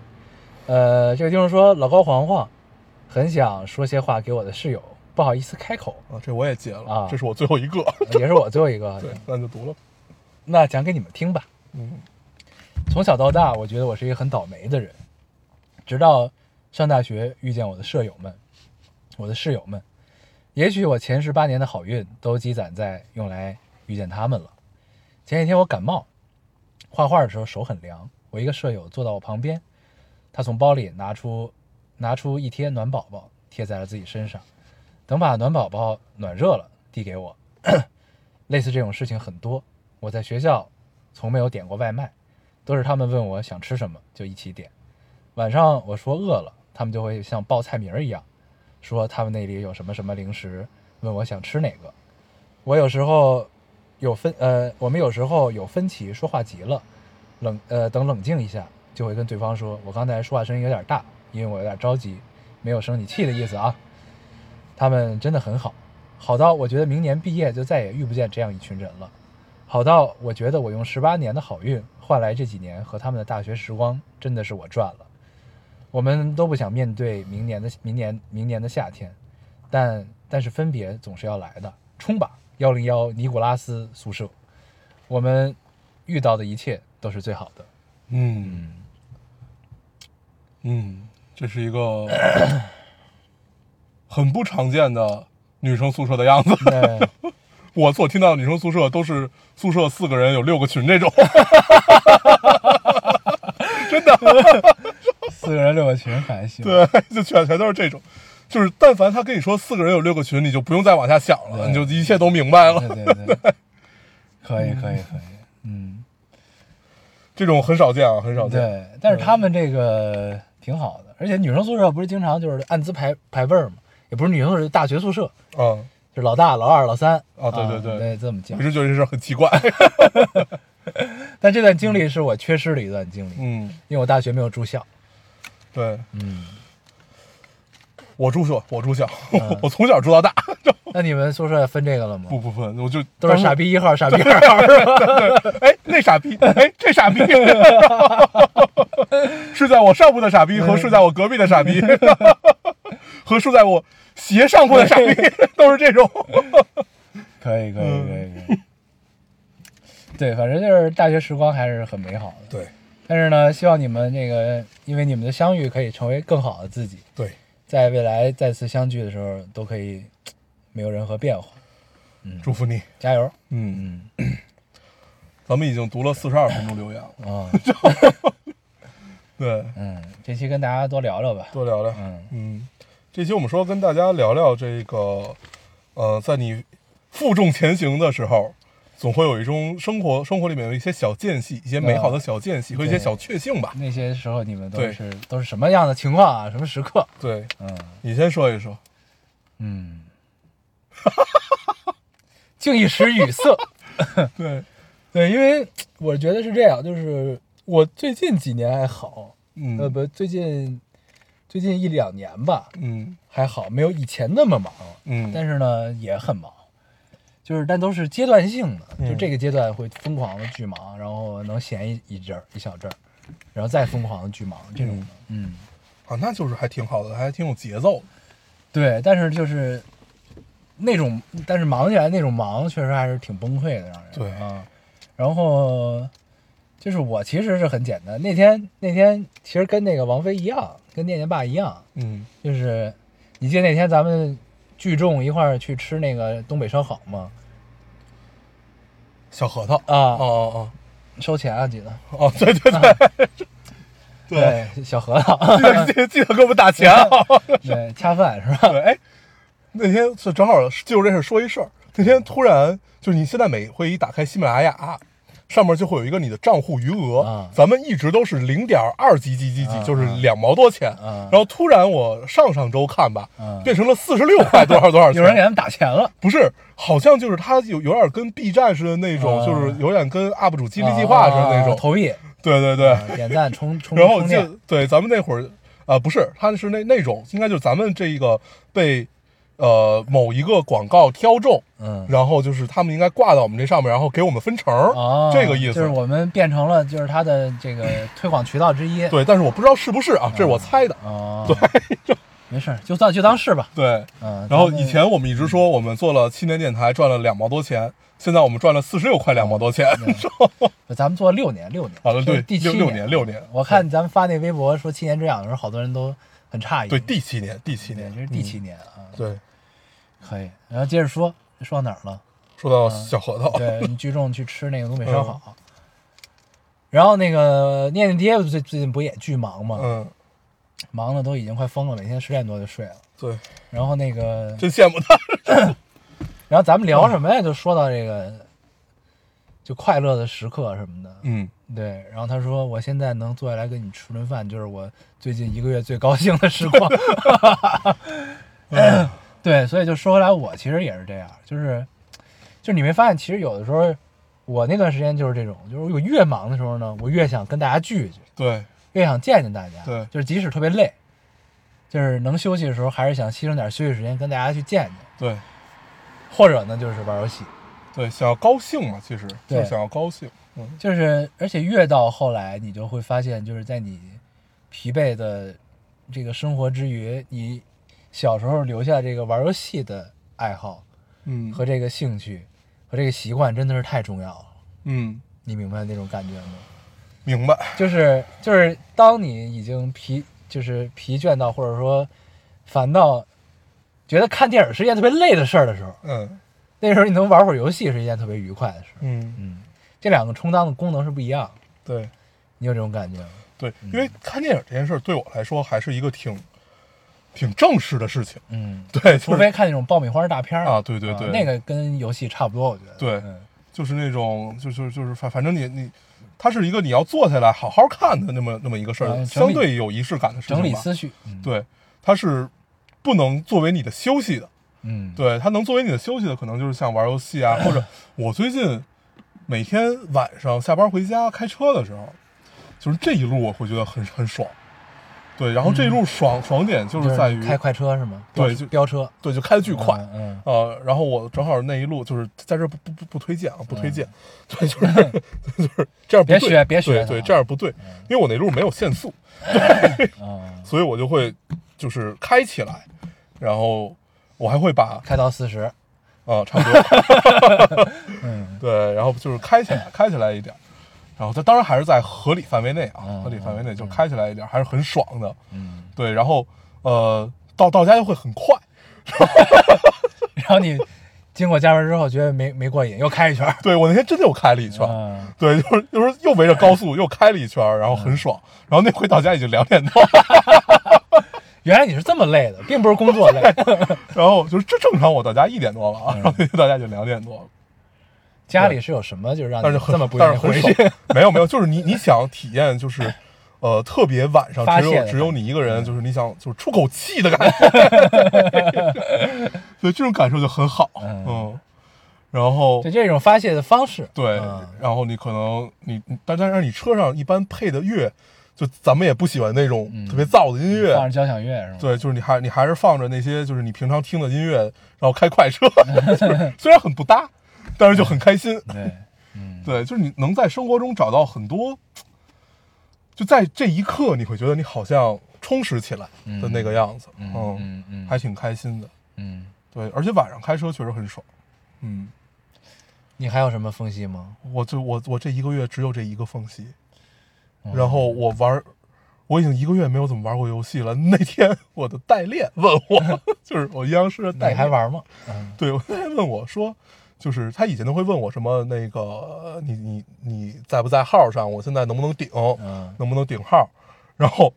呃，这个听众说，老高黄黄很想说些话给我的室友，不好意思开口，啊，这我也接了，啊这是我最后一个，也是我最后一个 啊。 对，那就读了，那讲给你们听吧。嗯，从小到大，我觉得我是一个很倒霉的人，直到上大学遇见我的舍友们，我的室友们。也许我前十八年的好运都积攒在用来遇见他们了。前几天我感冒，画画的时候手很凉，我一个舍友坐到我旁边，他从包里拿出拿出一贴暖宝宝贴在了自己身上，等把暖宝宝暖热了递给我。 类似这种事情很多，我在学校从没有点过外卖，都是他们问我想吃什么就一起点。晚上我说饿了，他们就会像报菜名儿一样，说他们那里有什么什么零食，问我想吃哪个。我有时候有分呃，我们有时候有分歧，说话急了，冷呃等冷静一下，就会跟对方说，我刚才说话声音有点大，因为我有点着急，没有生你气的意思啊。他们真的很好，好到我觉得明年毕业就再也遇不见这样一群人了。好到我觉得我用十八年的好运换来这几年和他们的大学时光，真的是我赚了。我们都不想面对明年的明年明年的夏天，但但是分别总是要来的，冲吧！幺零幺尼古拉斯宿舍，我们遇到的一切都是最好的。嗯嗯，这是一个 很不常见的女生宿舍的样子， 那我所听到的女生宿舍都是宿舍四个人有六个群这种，四个人六个群还行，对， 就全全都是这种，就是但凡他跟你说四个人有六个群，你就不用再往下想了，对你就一切都明白了。对对对，可以可以可以，嗯，这种很少见啊，很少见。哦对，但是他们这个挺好的，而且女生宿舍不是经常就是按资排排位儿嘛，也不是女生宿舍，是大学宿舍，嗯，就是老大、老二、老三。哦对对啊对对，这么讲我一。直觉得这事儿很奇怪。但这段经历是我缺失的一段经历，嗯，因为我大学没有住校。对嗯， 我住校，我住校，嗯 我从小住到大，那你们宿舍分这个了吗？不不不，我就都是当时傻。逼一号、傻逼二号是吧？哎，那傻逼，哎，这傻逼， 睡在我上铺的傻逼和睡在我隔壁的傻逼， 和睡在我斜上铺的傻逼，都是这种。 可以可以可以可以。嗯对，反正就是大学时光还是很美好的。对但是呢，希望你们这个因为你们的相遇，可以成为更好的自己。对，在未来再次相聚的时候，都可以没有任何变化。祝福你。加 油！嗯，咱们已经读了四十二分钟留言了，啊，对，嗯，这期跟大家多聊聊吧。多聊聊。嗯，嗯，这期我们说跟大家聊聊这个，呃，在你负重前行的时候，总会有一种生活生活里面有一些小间隙，一些美好的小间隙和一些对小确幸吧。那些时候你们都对是都是什么样的情况啊？什么时刻？对嗯你先说一说，嗯，竟一时 语塞。对，对，因为我觉得是这样，就是我最近几年还好，呃，嗯不，最近最近一两年吧，嗯还好，没有以前那么忙。嗯，但是呢也很忙，就是但都是阶段性的，就嗯这个阶段会疯狂的巨忙，然后能闲一一阵儿一小阵儿，然后再疯狂的巨忙这种的，嗯，啊，那就是还挺好的，还挺有节奏的。对，但是就是那种，但是忙起来那种忙，确实还是挺崩溃的，让人对啊，然后。就是我其实是很简单，那天那天其实跟那个王菲一样，跟念念爸一样，嗯就是你记得那天咱们聚众一块儿去吃那个东北烧烤吗？小核桃，啊，哦哦收钱啊，记得。 哦哦，对对对，对，，小核桃， 记得记得记得给我们 打钱啊！对，恰饭是 吧？对，哎，那天是正好就这事儿说一事儿。那天突然就是你现在每回一打开喜马拉雅，啊上面就会有一个你的账户余额，啊咱们一直都是零点二几几几几，啊就是两毛多钱。啊然后突然我上上周看吧，啊变成了四十六块多少多少有钱。人给他们打钱了，不是，好像就是它有有点跟 B 站似的那种，啊就是有点跟 UP 主激励计划似的那种。啊投币，对对对，啊点赞充充，然后充就电对咱们那会儿啊、不是，他是那那种，应该就是咱们这一个被呃某一个广告挑中，嗯，然后就是他们应该挂到我们这上面，然后给我们分成，哦，这个意思。就是我们变成了就是它的这个推广渠道之一。，对，但是我不知道是不是啊，这是我猜的。哦，对， 没事儿，就算就当是吧。对，嗯，然后咱们以前我们一直说我们做了七年电台赚了两毛多钱，现在我们赚了四十六块两毛多钱，咱们做六年，六年好了，嗯这对是，第六七六年六年，我看咱们发那微博说七年之痒的时候，好多人都很诧异。对第七年第七对，年嗯这是第七年啊，对，可以。然后接着说，说到哪儿了？说到小核桃，嗯 对你聚众去吃那个东北烧烤。嗯然后那个念念爹最最近不也巨忙吗？嗯，忙的都已经快疯了，每天十点多就睡了。对，然后那个，真羡慕他，然后咱们聊什么呀？就说到这个，就快乐的时刻什么的。嗯，对，然后他说：“我现在能坐下来跟你吃顿饭，就是我最近一个月最高兴的时光。嗯对，所以就说回来，我其实也是这样，就是，就是你没发现，其实有的时候，我那段时间就是这种，就是我越忙的时候呢，我越想跟大家聚一聚，对越想见见大家。对就是即使特别累，就是能休息的时候，还是想牺牲点休息时间跟大家去见见，对。或者呢就是玩游戏，对，想要高兴嘛，其实就对是想要高兴。嗯，就是，而且越到后来，你就会发现，就是在你疲惫的这个生活之余，你小时候留下这个玩游戏的爱好嗯和这个兴趣和这个习惯，真的是太重要了。嗯，你明白那种感觉吗？明白。就是就是，当你已经疲就是疲倦到，或者说烦到觉得看电影是一件特别累的事儿的时候，嗯那时候你能玩会儿游戏是一件特别愉快的事儿。嗯，嗯，这两个充当的功能是不一样的，对你有这种感觉吗？对，嗯因为看电影这件事儿对我来说还是一个挺挺正式的事情。 嗯，对，就除是非看那种爆米花大片儿啊对对对那个跟游戏差不多，我觉得。对嗯就是那种就就就是反反正你你，它是一个你要坐下来好好看的那么那么一个事啊儿，整相理对有仪式感的事整情理吧。思绪。嗯，对，它是不能作为你的休息的。嗯，对，它能作为你的休息的，可能就是像玩游戏啊， 或者我最近每天晚上下班回家开车的时候，就是这一路我会觉得很很爽。对，然后这一路爽、爽点就就是在于你开快车是吗？对飙就飙车对，就开的巨快。嗯，呃，然后我正好那一路就是在这儿不不不不推荐啊，不推荐，对，就是就是这样嗯不别对，学别学对他对，啊这样不对，因为我那路没有限速， 嗯嗯，所以我就会就是开起来，然后我还会把开到四十，啊，差不多。 嗯，对，然后就是开起来，开起来一点儿，然后它当然还是在合理范围内啊，嗯合理范围内嗯就嗯开起来一点儿，还是很爽的。嗯，对，然后呃，到到家就会很快，然后你经过加班之后觉得没没过瘾，又开一圈儿。对我那天真的又开了一圈儿。嗯，对，就是就是又围着高速又开了一圈儿，然后很爽。然后那回到家已经两点多了，原来你是这么累的，并不是工作 累。然后就是这正常我到家一点多了啊，嗯然后那天到家就两点多了，家里是有什么就是让但是你很啊这么不但愿是意很回爽去？。没有没有，就是你你想体验就是，呃，特别晚上发只泄有的只有感嗯你一个人，就是你想就是出口气的感 觉，所以这种感受就很好，嗯嗯，然后就这种发泄的方式。对嗯，然后你可能你你但但是你车上一般配的乐，就咱们也不喜欢那种特别燥的音乐，嗯放着交响乐是吗？对，就是你还你还是放着那些就是你平常听的音乐，然后开快车， 就是虽然很不搭，但是就很开心。对，嗯对，就是你能在生活中找到很多，就在这一刻你会觉得你好像充实起来的那个样子，嗯，嗯嗯还挺开心的。嗯，对，而且晚上开车确实很爽。嗯，你还有什么分析吗？我就我我这一个月只有这一个缝隙，嗯然后我玩，我已经一个月没有怎么玩过游戏了。那天我的代练问我， 就是我阴阳师的代你还练，玩吗？嗯对我那天问我说，就是他以前都会问我什么那个你你你在不在号上，我现在能不能顶，嗯能不能顶号？然后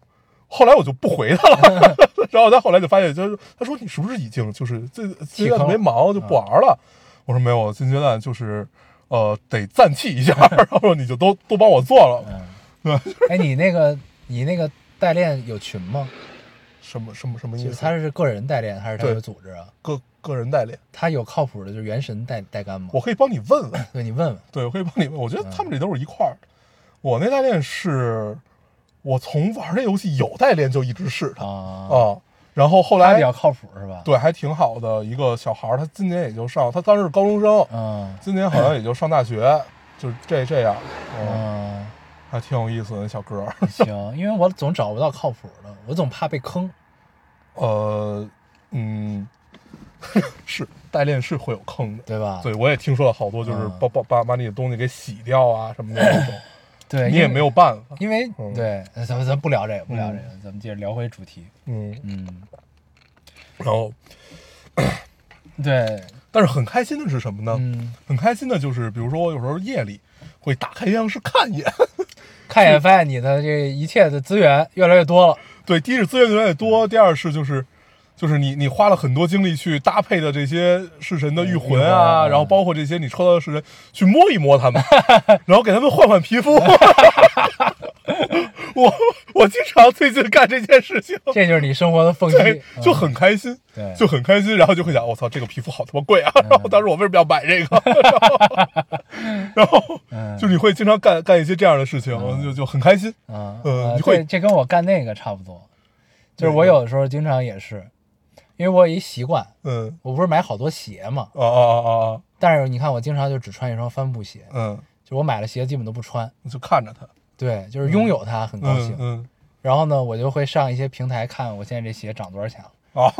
后来我就不回 他了，然后他后来就发现，就是他说你是不是已经就是最最近弃坑嗯特别忙就不玩了？我说没有，现阶段就是呃得暂弃一下， 然后说你就都都帮我做了， 嗯，哎，你那个你那个代练有群吗？什么什么什么意就思？他是个人代练还是他嗯对有组织啊？个个人代练，他有靠谱的，就是元神代代干吗？我可以帮你问问，对你问问，对，我可以帮你问。我觉嗯得他们这都是一块儿的。我那代练是，我从玩这游戏有代练就一直是啊，他啊，然后后他来比较靠谱是吧？，对，还挺好的一个小孩儿，他今年也就上，他当时是高中生，嗯今年好像也就上大学，就是这这样，嗯，嗯，还挺有意思的那小哥儿。行，因为我总找不到靠谱的，我总怕被坑。呃，嗯， 是代练是会有坑的，对吧？对我也听说了好多，就是嗯把把把把你的东西给洗掉啊什么的那种， 对，因你也为没有，办法。因为嗯对，呃咱们咱不聊这个，不聊嗯这个，咱们接着聊回主题。嗯，嗯，然后对，但是很开心的是什么呢？嗯，很开心的就是，比如说我有时候夜里会打开央视看一眼， 看一眼发现你的这一切的资源越来越多了，对，第一是资源越来越多，第二是就是就是你你花了很多精力去搭配的这些式神的御魂御魂啊，啊然后包括这些你抽到的式神，去摸一摸他们，然后给他们换换皮肤。 我我经常最近干这件事情，这就是你生活的缝对隙，， 就嗯很开心，对嗯就很开心，然后就会想，我、操，这个皮肤好他妈贵啊！然后当时 我为什么要买这个？ 然后嗯就是你会经常干干一些这样的事情，就就很开心。啊，呃呃你会嗯这这跟我干那个差不多，就是哪我个有的时候经常也是，因为我有一习惯，嗯，我不是买好多鞋嘛，啊啊啊啊啊，但是你看我经常就只穿一双帆布鞋，嗯，就我买了鞋基本都不穿，你就看着他，对，就是拥有它很高兴嗯，嗯。然后呢，我就会上一些平台看我现在这鞋涨多少钱了，啊，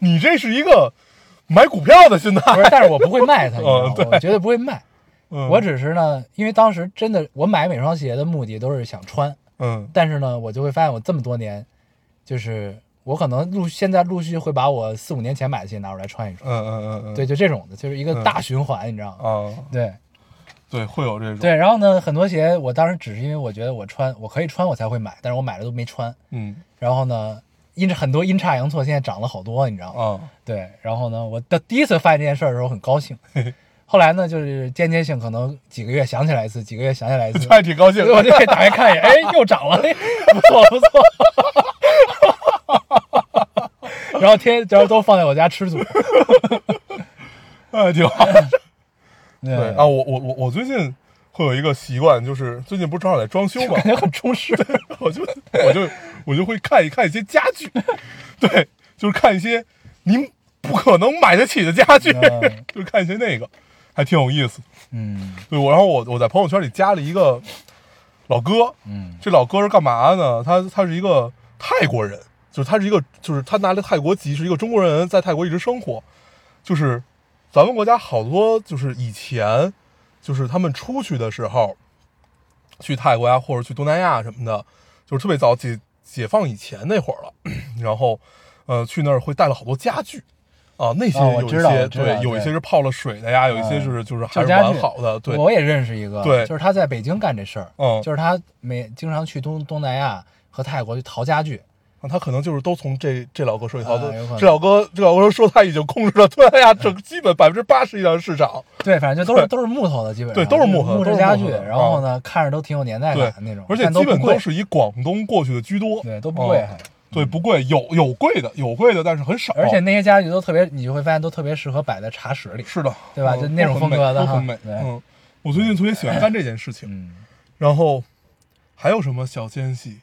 你这是一个买股票的心态。不是，但是我不会卖 它，你知道吗嗯对我绝对不会卖。嗯我只是呢，因为当时真的，我买每双鞋的目的都是想穿，嗯但是呢，我就会发现我这么多年，就是我可能陆现在陆续会把我四五年前买的鞋拿出来穿一穿，嗯嗯嗯嗯，对，就这种的，就是一个嗯大循环，你知道吗？啊，对对，会有这种，对，然后呢，很多鞋我当时只是因为我觉得我穿我可以穿我才会买，但是我买了都没穿，嗯然后呢，阴很多阴差阳错，现在涨了好多，你知道吗？ 啊，，对，然后呢，我的第一次发现这件事儿的时候很高兴，后来呢，就是间歇性，可能几个月想起来一次，几个月想起来一次还挺高兴所以。我就可以打开看一眼，哎，又涨了，哎，不错不错。然后天，然后都放在我家吃组。 哎，挺好。对对啊，，我我我我最近会有一个习惯，就是最近不是正好在装修嘛，感觉很充 实。我就我就我就会看一看一些家具，对，就是看一些您不可能买得起的家具嗯， 就看一些那个，还挺有意思。嗯对，我然后我我在朋友圈里加了一个老哥，嗯这老哥是干嘛呢？他他是一个泰国人，就是他是一个就是他拿了泰国籍，是一个中国人在泰国一直生活，就是咱们国家好多就是以前就是他们出去的时候，去泰国呀、或者去东南亚什么的，就是特别早解解放以前那会儿了， 然后呃去那儿会带了好多家具。啊，那些哦我有一知道些、我知道对，有一对些是泡了水的呀，有一些嗯是就是还旧是家具完好的，对，我也认识一个，对就是他在北京干这事儿，嗯就是他每经常去东东南亚和泰国去淘家具，啊，他可能就是都从这这老哥手里淘的啊有可。能嗯这老哥，这老哥说他已经控制了 东南亚整基本百分之八十以上的市场。对，反正就都是都是木头的，基本上对都是木头的木都质是家木头具，的嗯然后呢，看着都挺有年代感对的那种，，而且但基本不贵都是以广东过去的居多。对都不贵嗯还对，不贵，有有贵的，有贵的，但是很少。而且那些家具都特别，你就会发现都特别适合摆在茶室里。是的，对吧嗯就那种都很美风格的都哈很美。对嗯，我最近特别喜欢干这件事情。嗯，然后还有什么小间隙？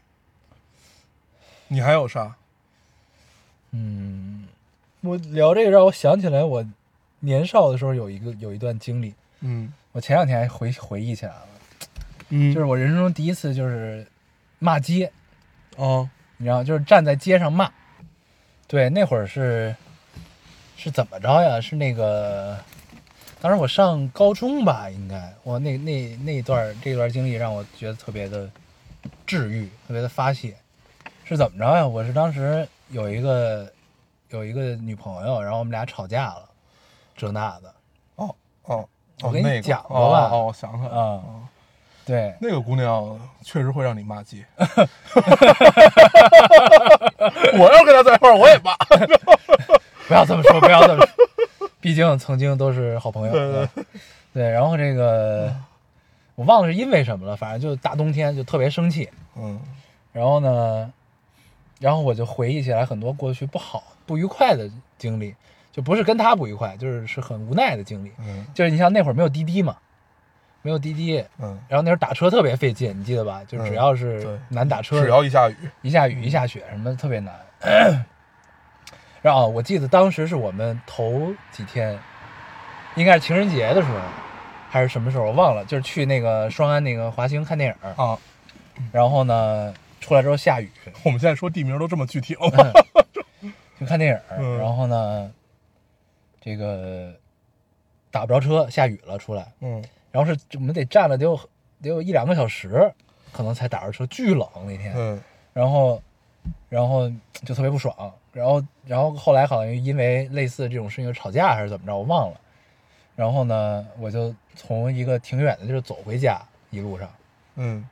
你还有啥？嗯，我聊这个让我想起来，我年少的时候有一个有一段经历，嗯我前两天还回回忆起来了，嗯，就是我人生中第一次就是骂街，啊你知道，就是站在街上骂。对，那会儿是是怎么着呀？是那个，当时我上高中吧，应该我那那那一段这段经历让我觉得特别的治愈，特别的发泄。是怎么着呀？我是当时有一个有一个女朋友，然后我们俩吵架了，这那的。哦哦哦，我跟你那个讲过哦吧哦，我想起来了。啊哦对，那个姑娘确实会让你骂 街。我要跟她在一块儿，我也骂。不要这么说，不要这么说，毕竟曾经都是好朋友。对对对对然后这个我忘了是因为什么了，反正就大冬天就特别生气。 嗯然后呢，然后我就回忆起来很多过去不好、不愉快的经历，就不是跟他不愉快，就是是很无奈的经历。嗯就是你像那会儿没有滴滴嘛，没有滴滴，嗯，然后那会儿打车特别费劲，你记得吧？就只要是对难打车，只要一下雨，一下雨一下雪什么的特别难。 然后我记得当时是我们头几天，应该是情人节的时候，还是什么时候我忘了，就是去那个双安那个华星看电影儿，啊，然后呢出来之后下雨， 我们现在说地名都这么具体了 吗？去看电影儿，嗯然后呢这个打不着车，下雨了出来，嗯，然后是我们得站了得有得有一两个小时，可能才打着车，巨冷那天。嗯然后，然后就特别不爽，然后，然后后来好像因为类似这种事情就吵架还是怎么着，我忘了。然后呢，我就从一个挺远的地儿走回家，一路上，嗯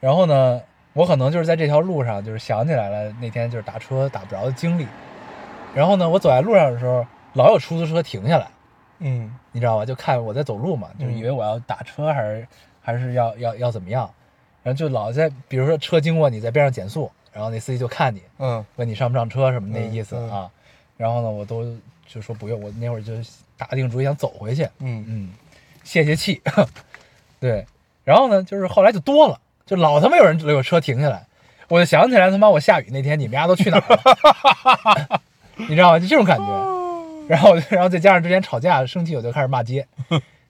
然后呢，我可能就是在这条路上，就是想起来了那天就是打车打不着的经历。然后呢，我走在路上的时候，老有出租车停下来，嗯你知道吧？就看我在走路嘛，就嗯以为我要打车还是还是要要要怎么样，然后就老在比如说车经过你在边上减速，然后那司机就看你嗯问你上不上车什么那嗯意思嗯啊，然后呢我都就说不用，我那会儿就打定主意想走回去，嗯嗯，泄泄气， 对，然后呢就是后来就多了，就老他妈有人有车停下来，我就想起来他妈我下雨那天你们家都去哪儿了， 你知道吗？就这种感觉。哦然后，然后再加上之前吵架生气，我就开始骂街，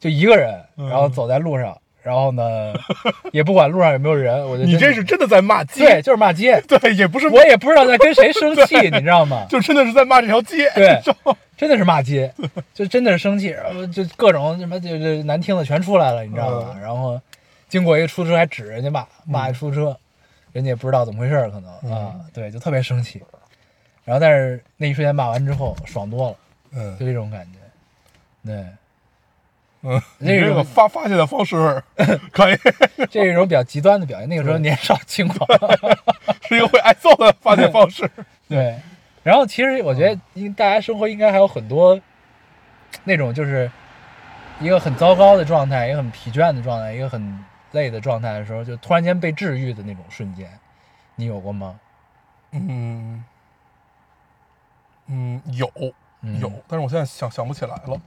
就一个人，嗯然后走在路上，然后呢，也不管路上有没有人，我就你真这是真的在骂对，街，就是骂街，对，也不是，我也不知道在跟谁生气，你知道吗？就真的是在骂这条街。对，真的是骂街，就真的是生气，然后就各种什么就就难听的全出来了，你知道吗？嗯然后经过一个出租车还指人家骂骂一出租车，人家也不知道怎么回事儿，可能啊，对，就特别生气。然后但是那一瞬间骂完之后爽多了，嗯就这种感觉，对，嗯，你这个发发泄的方 式可以，这是一种比较极端的表现。那个时候年少轻狂，是一个会挨揍的发泄方 式。对，然后其实我觉得应大家生活应该还有很多那种就是一个很糟糕的状态，一个很疲倦的状态，一个很累的状态的时候，就突然间被治愈的那种瞬间，你有过吗？嗯嗯，有嗯有，但是我现在想想不起来了。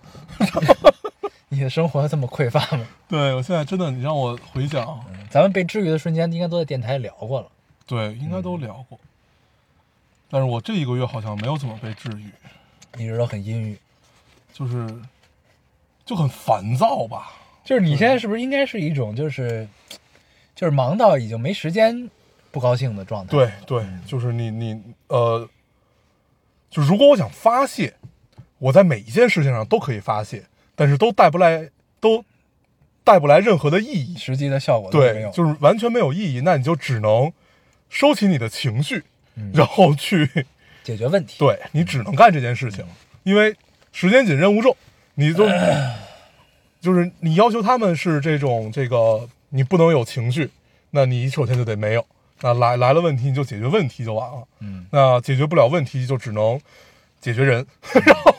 你的生活这么匮乏 吗？对我现在真的，你让我回想，咱们被治愈的瞬间应该都在电台聊过了。对，应该都聊过。但是我这一个月好像没有怎么被治愈，一直都很阴郁，就是就很烦躁吧。就是你现在是不是应该是一种就是就是忙到已经没时间不高兴的状态？对，对，就是你你呃，就如果我想发泄，我在每一件事情上都可以发泄，但是都带不来都带不来任何的意义。实际的效果都没有对，。就是完全没有意义。那你就只能收起你的情绪，然后去，解决问题。对你只能干这件事情，因为时间紧，任务重，你就、就是你要求他们是这种这个，你不能有情绪，那你首先就得没有。那来来了问题，你就解决问题就完了。嗯，那解决不了问题，就只能解 决人，然后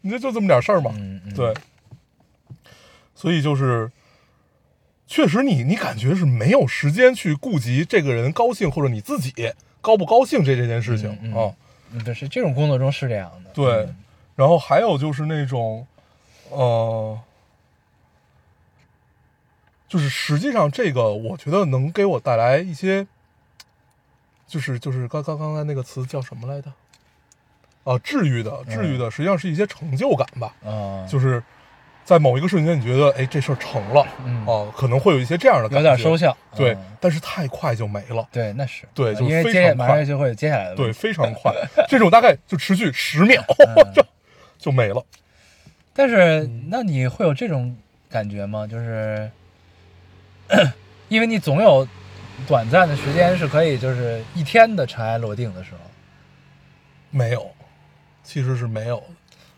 你这就这么点事儿嘛。嗯嗯对，所以就是，确实你你感觉是没有时间去顾及这个人高兴或者你自己高不高兴这这件事情、嗯嗯啊。嗯，对，是这种工作中是这样的。对，然后还有就是那种，呃，就是实际上这个我觉得能给我带来一些，就是就是刚刚刚才那个词叫什么来着？啊，治愈的，嗯治愈的，实际上是一些成就感吧。啊，就是在某一个瞬间，你觉得哎这事儿成了，嗯哦、可能会有一些这样的感有觉，点收效。对，嗯但是太快就没了，对，那是对嗯就是因为非接常马快上就会有接下来的问对，题。非 常快，这种大概就持续十秒、就就没了。嗯但 是，嗯那你会有这种感觉吗？就是， 因为你总有短暂的时间是可以，就是一天的尘埃落定的时候，没有，其实是没有的。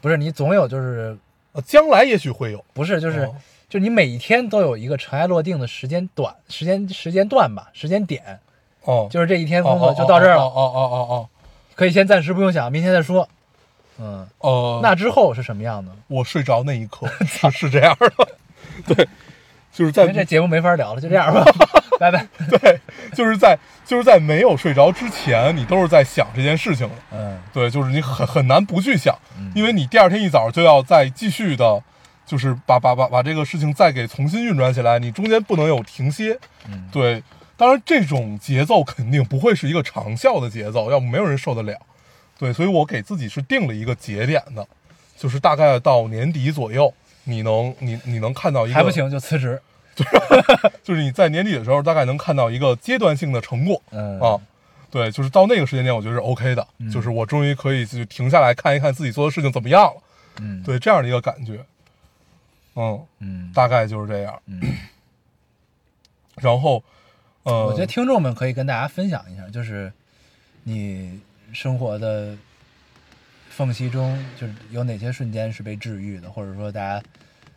不是你总有就是呃，将来也许会有，不是就是哦就你每一天都有一个尘埃落定的时间短时间时间段吧，时间点，哦，就是这一天哦功课哦就到这儿了，哦哦哦哦可以先暂时不用想，明天再说。嗯，哦，哦那之后是什么样的？我睡着那一 刻是是这样的，对，就是在因为这节目没法聊了，就这样 吧，拜拜。对，就是在就是在没有睡着之前，你都是在想这件事情的。嗯，对，就是你很很难不去想，因为你第二天一早就要再继续的，就是把把把把这个事情再给重新运转起来，你中间不能有停歇。嗯对，当然这种节奏肯定不会是一个长效的节奏，要不没有人受得了。对，所以我给自己是定了一个节点的，就是大概到年底左右，你能你你能看到一个还不，行就辞职。就是你在年底的时候大概能看到一个阶段性的成果。嗯啊，对，就是到那个时间点，我觉得是 OK 的，就是我终于可以就停下来看一看自己做的事情怎么样了，嗯对，这样的一个感觉，嗯，嗯，大概就是这样。 然后，呃，我觉得听众们可以跟大家分享一下，就是你生活的缝隙中，就是有哪些瞬间是被治愈的，或者说大家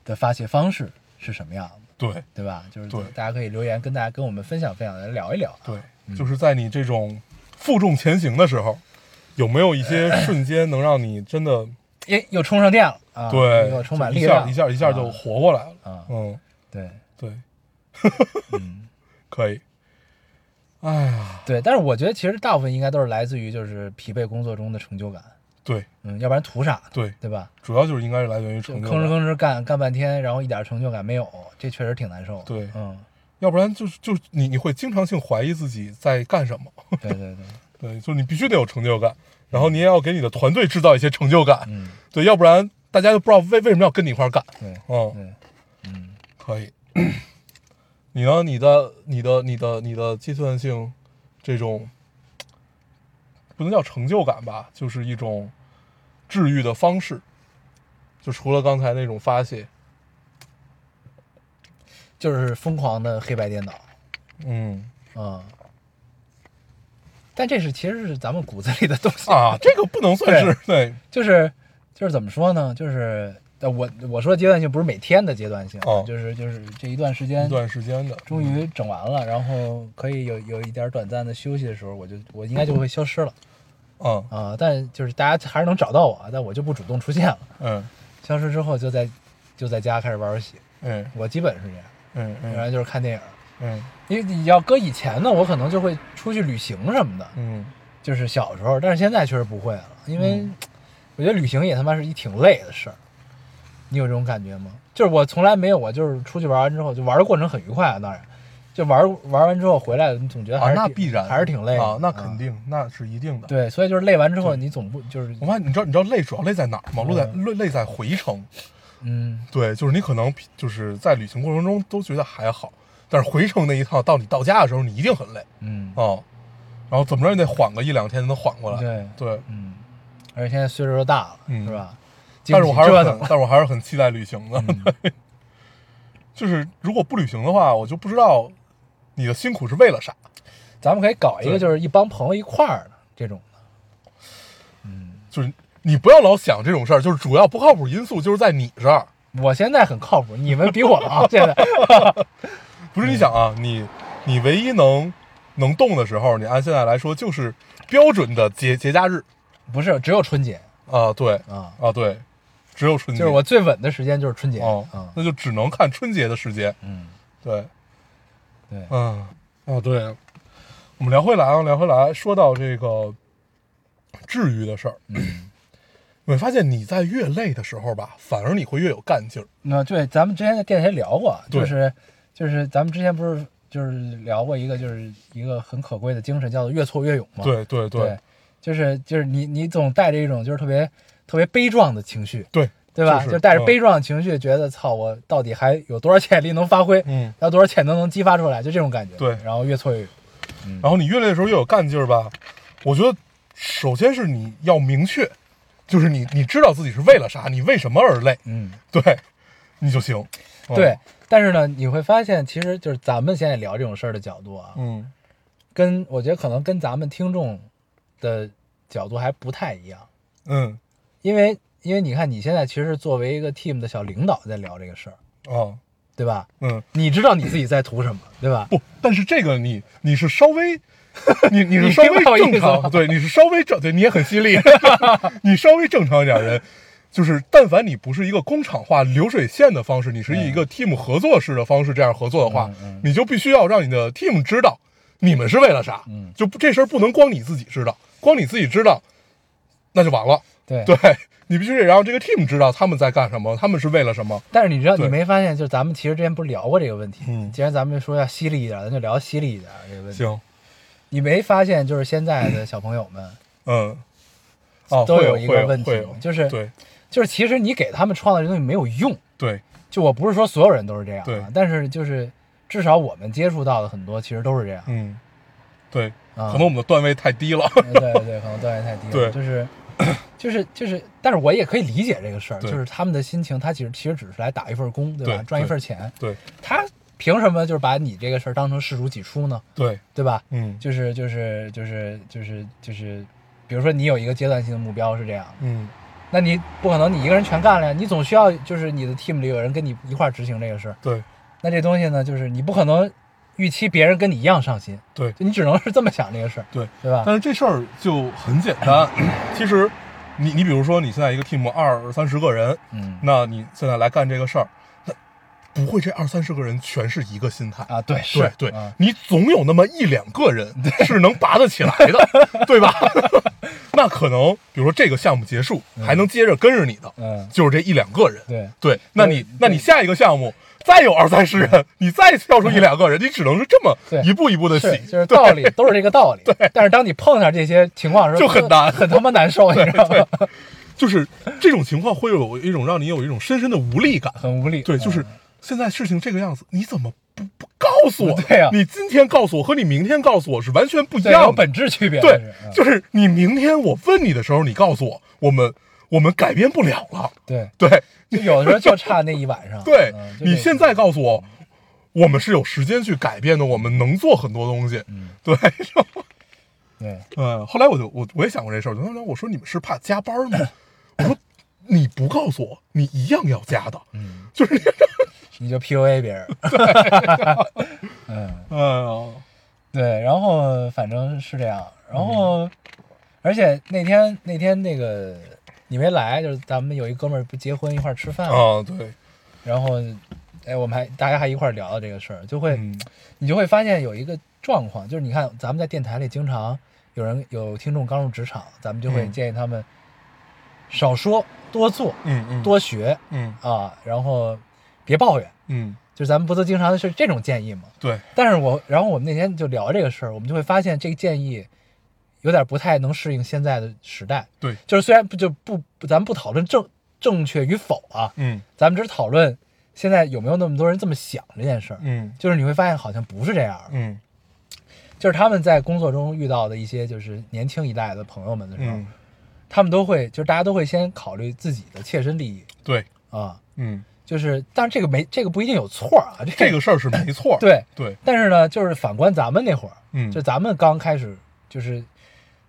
的发泄方式是什么样的，对对吧？就是对大家可以留言跟大家跟我们分享分享，来聊一聊。对，嗯就是在你这种负重前行的时候，有没有一 些瞬间能让你真的哎，又充上电了啊！对又充就满一力下量，一下一下就啊活过来了？啊嗯，对对，嗯 可以。哎呀，对。但是我觉得其实大部分应该都是来自于就是疲惫工作中的成就感，对嗯，要不然图啥呢？对，对吧？主要就是应该是来源于就成就吭哧感吭哧干干半天，然后一点成就感没有，这确实挺难受的。对嗯，要不然就是就是你你会经常性怀疑自己在干什么，对对对，对，就是你必须得有成就感，然后你也要给你的团队制造一些成就感，嗯，对，要不然大家就不知道为为什么要跟你一块儿干，对嗯，对。可以。你呢？你的你的你的你的计算性这种不能叫成就感吧，就是一种治愈的方式，就除了刚才那种发泄，就是疯狂的黑白颠倒嗯啊、但这是其实是咱们骨子里的东西，啊，这个不能算是对就是就是怎么说呢？就是呃我我说阶段性不是每天的阶段性，哦就是就是这一段时间一段时间的，终于整完了，然后可以有有一点短暂的休息的时候，我就我应该就会消失了嗯啊、但就是大家还是能找到我，但我就不主动出现了。嗯消失之后就在就在家开始玩游戏，嗯我基本是这样，嗯嗯然后就是看电影。嗯因为你要搁以前呢，我可能就会出去旅行什么的，嗯，就是小时候，但是现在确实不会了，因为我觉得旅行也他妈是一挺累的事儿。你有这种感觉吗？就是我从来没有，我就是出去玩完之后，就玩的过程很愉快啊，当然，就玩玩完之后回来，你总觉得还啊，是挺、那必然还是挺累的嗯啊，那肯、定，那是一定的。，对，所以就是累完之后，你总不就是我发现你知道你知道累主要累在哪儿吗？累在累累在回程。嗯，对，就是你可能就是在旅行过程中都觉得还好，但是回程那一趟到你到家的时候，你一定很累嗯，啊。然后怎么着也得缓个一两天才能缓过来。对对，嗯，而且现在岁数又大了，嗯是吧？但是我还是经不起折腾了很，嗯但是我还是很期待旅行的。 就是如果不旅行的话，我就不知道你的辛苦是为了啥。 咱们可以搞一个，对就是一帮朋友一块儿的这种的，就是你不要老想这种事儿，就是主要不靠谱因素就是在你这儿。我现在很靠谱，你们比我 啊，现在，不是你想啊，嗯你你唯一能能动的时候，你按现在来说就是标准的节节假日不是只有春节啊，对啊，啊对，只有春就节，是我最稳的时间就是春节哦、啊，那就只能看春节的时间，嗯，对，对嗯啊对，我们聊回来啊，聊回来，说到这个治愈的事儿，嗯你会发现你在越累的时候吧，反而你会越有干劲儿，那对，咱们之前在电台聊过，对就是就是咱们之前不是就是聊过一个就是一个很可贵的精神，叫做越挫越勇嘛，对对对，就是就是你你总带着一种就是特别特别悲壮的情绪，对对吧？就是就带着嗯悲壮的情绪，觉得操，我到底还有多少潜力能发挥？嗯，还有多少潜能能激发出来？就这种感觉。对然后越挫越勇。然后你越累的时候越有干劲儿吧。我觉得，首先是你要明确，就是你你知道自己是为了啥，你为什么而累，嗯，对，你就行。嗯对，。但是呢，你会发现，其实就是咱们现在聊这种事儿的角度啊，嗯跟我觉得可能跟咱们听众的角度还不太一样，嗯因为因为你看你现在其实是作为一个 team 的小领导在聊这个事儿，啊对吧？嗯，你知道你自己在图 什么，对吧？不，但是这个你你是稍 微，你你是稍明白我微意思正吗常，对，你是稍微正，对你也很犀 利，你稍微正常一点人，就是但凡你不是一个工厂化流水线的方式，你是以一个 team 合作式的方式这样合作的嗯话，你就必须要让你的 team 知道你们是为了啥，嗯就不这事儿不能光你自己知道，光你自己知道，那就完了，对对你必须得让这个 team 知道他们在干什么，他们是为了什么，但是你知道，你对没发现，就是咱们其实之前不是聊过这个问题？嗯既然咱们说要犀利一点，咱就聊犀利一点这个问题。行，你没发现，就是现在的小朋友们嗯。哦，都会有一会个问题会有，就是对就是其实你给他们创造这东西没有用。对，就我不是说所有人都是这样对啊，但是就是至少我们接触到的很多其实都是这样。嗯，对，啊可能我们的段位太低了。 对对对，可能段位太低了。对就是 就是就是，但是我也可以理解这个事儿，就对是他们的心情，他其实其实只是来打一份工，对吧？对赚一份钱，对他凭什么就是把你这个事儿当成视如己出呢？对，对吧？嗯就是就是就是就是就是，比如说你有一个阶段性的目标是这样，嗯，那你不可能你一个人全干了呀，你总需要就是你的 team 里有人跟你一块儿执行这个事儿。对那这东西呢，就是你不可能预期别人跟你一样上心，对就你只能是这么想这个事儿，对。对吧？但是这事儿就很简单， 其实你你比如说你现在一个 team 二三十个人，嗯那你现在来干这个事儿，那不会这二三十个人全是一个心态。啊，对是对对啊，你总有那么一两 个人是能拔得起来的，对吧？ 那可能，比如说这个项目结束，还能接着跟着你的，嗯就是这一两个人。对对，那你那你下一个项目再有二三十人，你再跳出一 两个人，你只能是这么对一步一步的洗是，就是道理都是这个道理。对，但是当你碰上这些情况的时候，就很难很他妈难 受，你知道吗？ 就是这种情况会有一种让你有一种深深的无力感。很无力。对，就是嗯现在事情这个样子，你怎么不不告诉我？对啊你今天告诉我和你明天告诉我是完全不一对有样的。本质区别。对是，嗯就是你明天我问你的时候，你告诉我，我们我们改变不了了。对，对，就有的时候就差那一晚上。对嗯就你啊这现在告诉我，我们是有时间去改变的，我们能做很多东西。嗯对，对嗯，后来我就我我也想过这事儿，当时我说你们是怕加班 吗？我说你不告诉我，你一样要加的，嗯，就是这样。你就 PUA 别人。 哎呀，对，然后反正是这样，然后、而且那天那天那个你没来，就是咱们有一哥们儿不结婚一块儿吃饭，啊，对，然后哎，我们还大家还一块儿聊到这个事儿，就会、嗯你就会发现有一个状况，就是你看咱们在电台里经常有人有听众刚入职场，咱们就会嗯建议他们少说多做嗯嗯，多学嗯啊，然后别抱怨，嗯，就是咱们不都经常是这种建议吗？对，但是我，然后我们那天就聊这个事儿，我们就会发现这个建议有点不太能适应现在的时代。对，就是虽然不就不，咱们不讨论正正确与否啊，嗯咱们只是讨论现在有没有那么多人这么想这件事儿。嗯就是你会发现好像不是这样的，嗯就是他们在工作中遇到的一些就是年轻一代的朋友们的时候，嗯，他们都会就是大家都会先考虑自己的切身利益对，啊，嗯，就是是但是这个没这个不一定有错啊，这这个事儿是没错儿，对对，但是呢，就是反观咱们那会儿，嗯就咱们刚开始就是，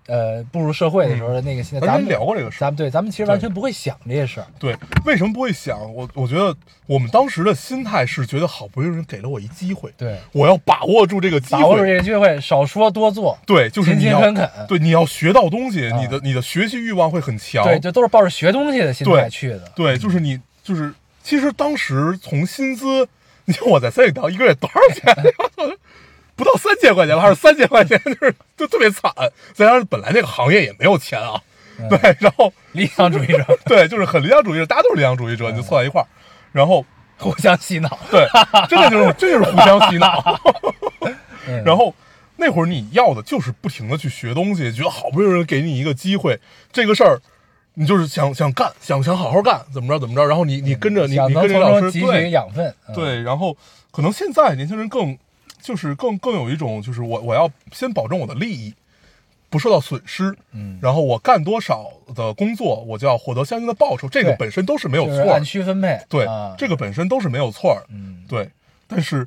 呃，步入社会的时候的那个心态，咱咱们们嗯聊过这个事儿。咱们对，咱们其实对完全不会想这些事儿，对，为什么不会想？我我觉得我们当时的心态是觉得好不容易有人给了我一机会，对，我要把握住这个机把握住会。这个机会，少说多做，对，就是勤你勤要恳恳，对你要学到东西，啊你的你的学习欲望会很强。对，就都是抱着学东西的心态对去的，对，就是你就是其实当时从薪资，你看我在三里岛一个月多少钱？ 不到三千块钱吧，还是三千块钱，就是就特别惨。再加上本来那个行业也没有钱啊，嗯对，然后理想主义者对，就是很理想主义者，大家都是理想主义者，你就凑在一块儿，然后互相洗脑，对，真的就是这就是互相洗 脑。嗯 然后那会儿你要的就是不停的去学东西，觉得好不容易给你一个机会，这个事儿你就是想想干，想想好好干，怎么着怎么着，然后你你跟着嗯你想你能跟着从老中师汲取对养分，嗯，对，然后可能现在年轻人更就是更更有一种就是我我要先保证我的利益。不受到损失，嗯然后我干多少的工作，我就要获得相应的报酬，这个对本身都是没有就错是的，按区分配，对啊，这个本身都是没有错儿，嗯，对，但是，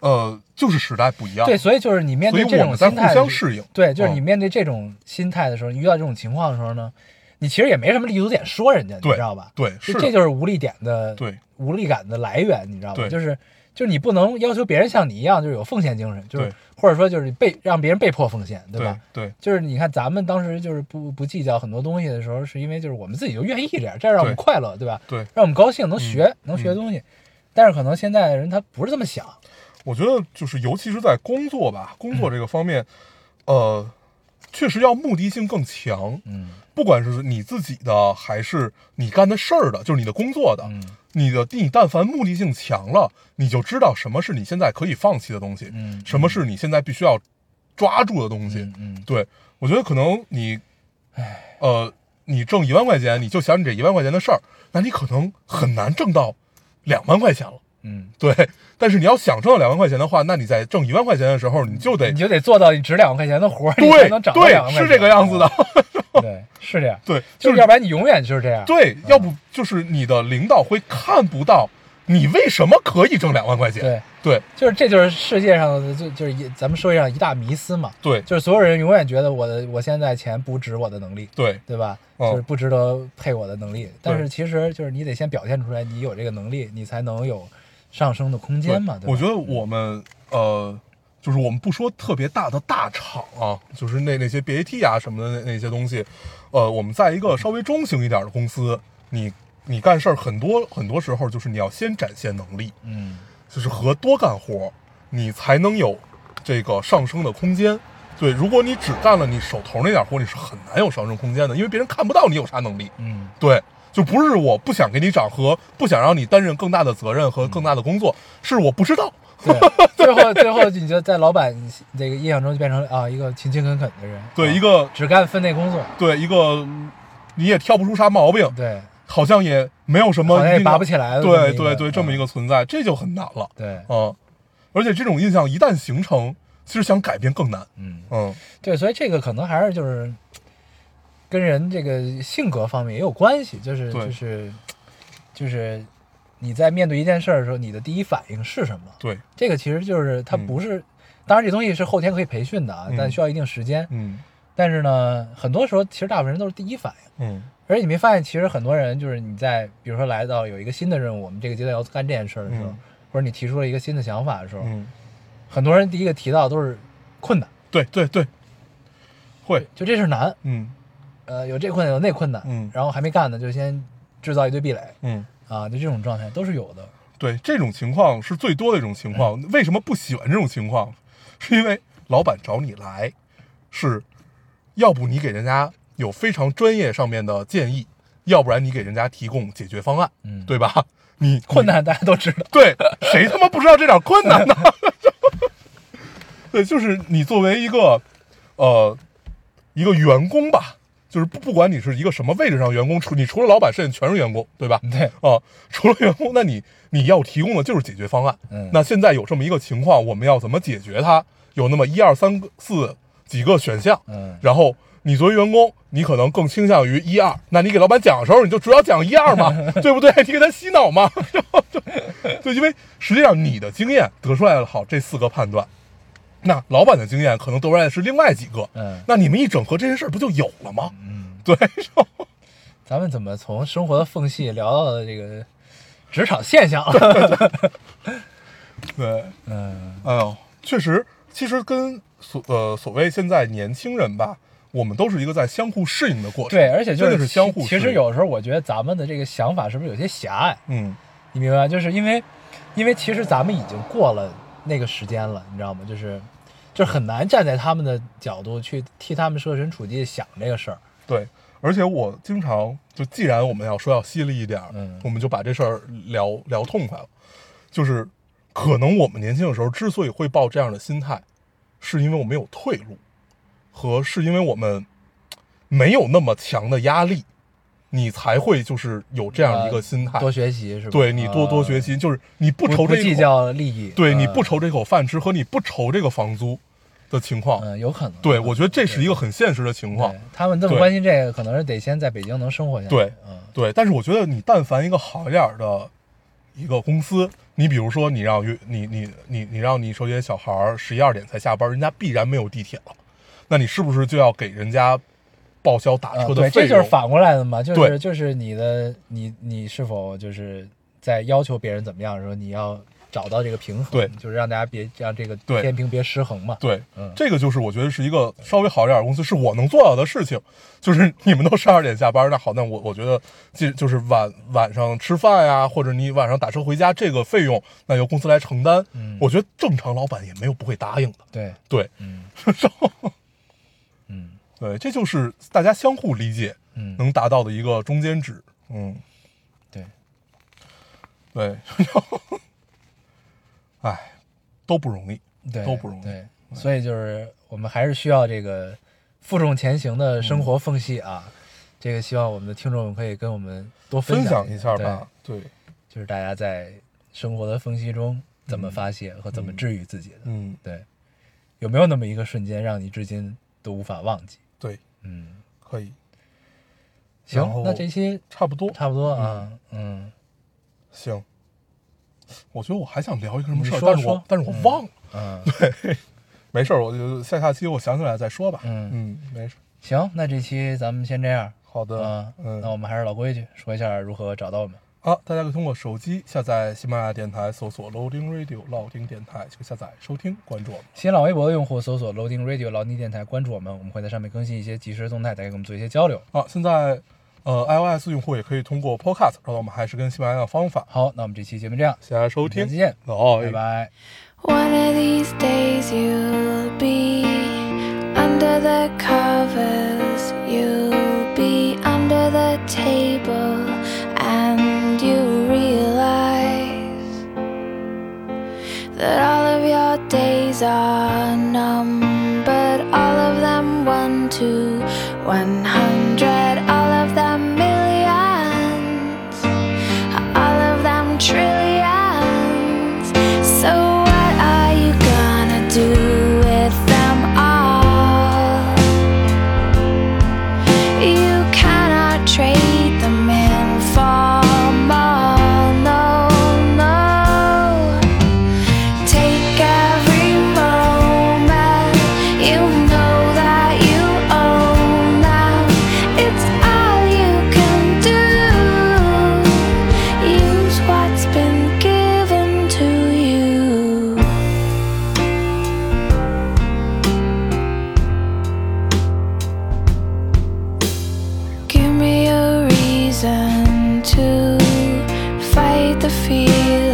呃，就是时代不一样，对，所以就是你面所对以这我种们在心互态的时候，相适应。对，就是你嗯面对这种心态的时候，你遇到这种情况的时候呢，你其实也没什么立足点说人家，你对知道吧？对，这是的这就是无力点的对无力感的来源，你知道吧？对就是就是你不能要求别人像你一样，就是有奉献精神，就是对或者说就是被让别人被迫奉献，对吧？对对就是你看，咱们当时就是不不计较很多东西的时候，是因为就是我们自己就愿意这样，这样让我们对快乐，对吧？对，嗯让我们高兴，能学、能学东西。但是可能现在的人他不是这么想，我觉得就是尤其是在工作吧，工作这个方面，呃，确实要目的性更强。嗯不管是你自己的还是你干的事儿的，就是你的工作的，嗯你的你但凡目的性强了，你就知道什么是你现在可以放弃的东西，嗯什么是你现在必须要抓住的东西。嗯嗯，对我觉得可能你，呃，你挣一万块钱，你就想你这一万块钱的事儿，那你可能很难挣到两万块钱了。嗯，对，但是你要想挣到两万块钱的话，那你在挣一万块钱的时候，你就得你就得做到你值两万块钱的活儿，你才对能涨到两万对块钱，是这个样子的，，对，是这样，对，就就是是要不然你永远就是这样，对，要不就是你的领导会看不到你为什么可以挣两万块钱。对，对就是这就是世界上的就就是一咱们社会上一大迷思嘛，对就是所有人永远觉得我的我现在钱不值我的能力，对对吧？嗯就是不值得配我的能力。但是其实就是你得先表现出来，你有这个能力，你才能有上升的空间嘛。对吧我觉得我们呃，就是我们不说特别大的大厂啊，就是那那些 BAT 啊什么的那那些东西，呃，我们在一个稍微中型一点的公司，你你干事儿很多很多时候就是你要先展现能力，嗯就是和多干活，你才能有这个上升的空间。对，如果你只干了你手头那点活，你是很难有上升空间的，因为别人看不到你有啥能力。嗯对，就不是我不想给你涨和不想让你担任更大的责任和更大的工嗯作，是我不知道。对，最后最后你就在老板这个印象中就变成了啊一个勤勤恳恳的人，对，啊一个只干分内工作，对一个嗯你也挑不出啥毛病，对好像也没有什么好像也一定的拔不起来的这么对一个对对，这么嗯一个存在，这就很难了。对，嗯，而且这种印象一旦形成，其实想改变更难。嗯嗯，对，所以这个可能还是就是跟人这个性格方面也有关系，就是对就是就是你在面对一件事儿的时候，你的第一反应是什么？对，这个其实就是它嗯不是，当然这东西是后天可以培训的啊，嗯但需要一定时间。嗯但是呢，很多时候其实大部分人都是第一反应，嗯而且你没发现，其实很多人就是你在比如说来到有一个新的任务，我们这个阶段要干这件事儿的时候，嗯或者你提出了一个新的想法的时候，嗯，很多人第一个提到都是困难，对对对，会，就这事儿难，嗯呃，有这困难有那困难，嗯然后还没干呢，就先制造一堆壁垒嗯。啊，就这种状态都是有的。对，这种情况是最多的一种情况。为什么不喜欢这种情况？是因为老板找你来，是要不你给人家有非常专业上面的建议，要不然你给人家提供解决方案，嗯对吧？你困难大家都知道，对，谁他妈不知道这点困难呢？ 对，就是你作为一个呃一个员工吧，就是不不管你是一个什么位置上的员工，除你除了老板，剩下全是员工，对吧？对， 啊，除了员工，那你你要提供的就是解决方案。嗯那现在有这么一个情况，我们要怎么解决它？有那么一二三四几个选项，嗯然后你作为员工，你可能更倾向于一二，那你给老板讲的时候，你就主要讲 一二嘛，对不对？你给他洗脑嘛，然后就就因为实际上你的经验得出来了好这四个判断，那老板的经验可能得出来的是另外几个，嗯那你们一整合这件事儿不就有了吗？嗯，对，咱们怎么从生活的缝隙聊到了这个职场现象了？对。嗯哎呦，确实，其实跟所呃所谓现在年轻人吧，我们都是一个在相互适应的过 程。对，而且就真的是其相互适其应。实，有时候我觉得咱们的这个想法是不是有些狭隘？嗯你明白吗？就是因为，因为其实咱们已经过了那个时间了，你知道吗？就是，就是很难站在他们的角度去替他们设身处地地想这个事儿。对，而且我经常就，既然我们要说要犀利一点儿，嗯我们就把这事儿聊聊痛快了。就是可能我们年轻的时候之所以会抱这样的心态，是因为我们有退路，和是因为我们没有那么强的压力，你才会就是有这样一个心态。多学习是吧？对你多多呃学习，就是你不不愁这一口计较利益，对呃你不，愁这口饭吃和你不愁这个房租的情况，嗯，有可能。对我觉得这是一个很现实的情况对。他们这么对关心这个，可能是得先在北京能生活下来。对嗯，对，但是我觉得你但凡一个好一点儿的一个公司，你比如说你让约你你你你让你手底下小孩十一二点才下班，人家必然没有地铁了，那你是不是就要给人家报销打啊车的对，费这用。就是反过来的嘛，就对是就是你的你你是否就是在要求别人怎么样的时候，你要找到这个平衡，对就是让大家别让这个对天平别失衡嘛。对，嗯这个就是我觉得是一个稍微好一点的公司，是我能做到的事情。就是你们都十二点下班，那好，那我我觉得即就是晚晚上吃饭呀、或者你晚上打车回家这个费用，那由公司来承担。嗯我觉得正常老板也没有不会答应的。对，对，嗯嗯对，这就是大家相互理解嗯，能达到的一个中间值。嗯，对，对， 哎，都不容易。对都不容易对，所以就是我们还是需要这个负重前行的嗯生活缝隙啊。这个希望我们的听众可以跟我们多分享享一下吧，。对，对就是大家在生活的缝隙中怎么发泄和怎么治愈自己的。嗯，对，有没有那么一个瞬间让你至今都无法忘记？对，嗯，可以，行然后，那这期差不多，差不多啊，嗯，行。我觉得我还想聊一个什么事儿，你说但是我说但是我忘了，嗯，没事儿，我就下下期我想起来再说吧。嗯嗯，没事，行，那这期咱们先这 样。好的嗯，，那我们还是老规矩，说一下如何找到我们。好，大家可以通过手机下载喜马拉雅电台，搜索 Loading Radio 老丁电台，就可以下载收听，关注我们。新浪微博的用户搜索 Loading Radio 劳尼电台，关注我们，我们会在上面更新一些即时动态，大家跟我们做一些交流。啊，现在呃 iOS 用户也可以通过 Podcast 找到我们，还是跟喜马拉雅的方法。好，那我们这期节目这样，谢谢大家收下听，次见，哦，拜拜。 One of these days you'll be under the covers, you'll be under the table, and you realize that all of your days are numbered, all of them one to one hundred, all of them millions all of them trillions. So, what are you gonna do with them all? You cannot trade them in for more. No, no. Take every moment. You know that you own them. It's all you can do. Use what's been given to you. Give me a reason to fight the feeling. Oh, Ah,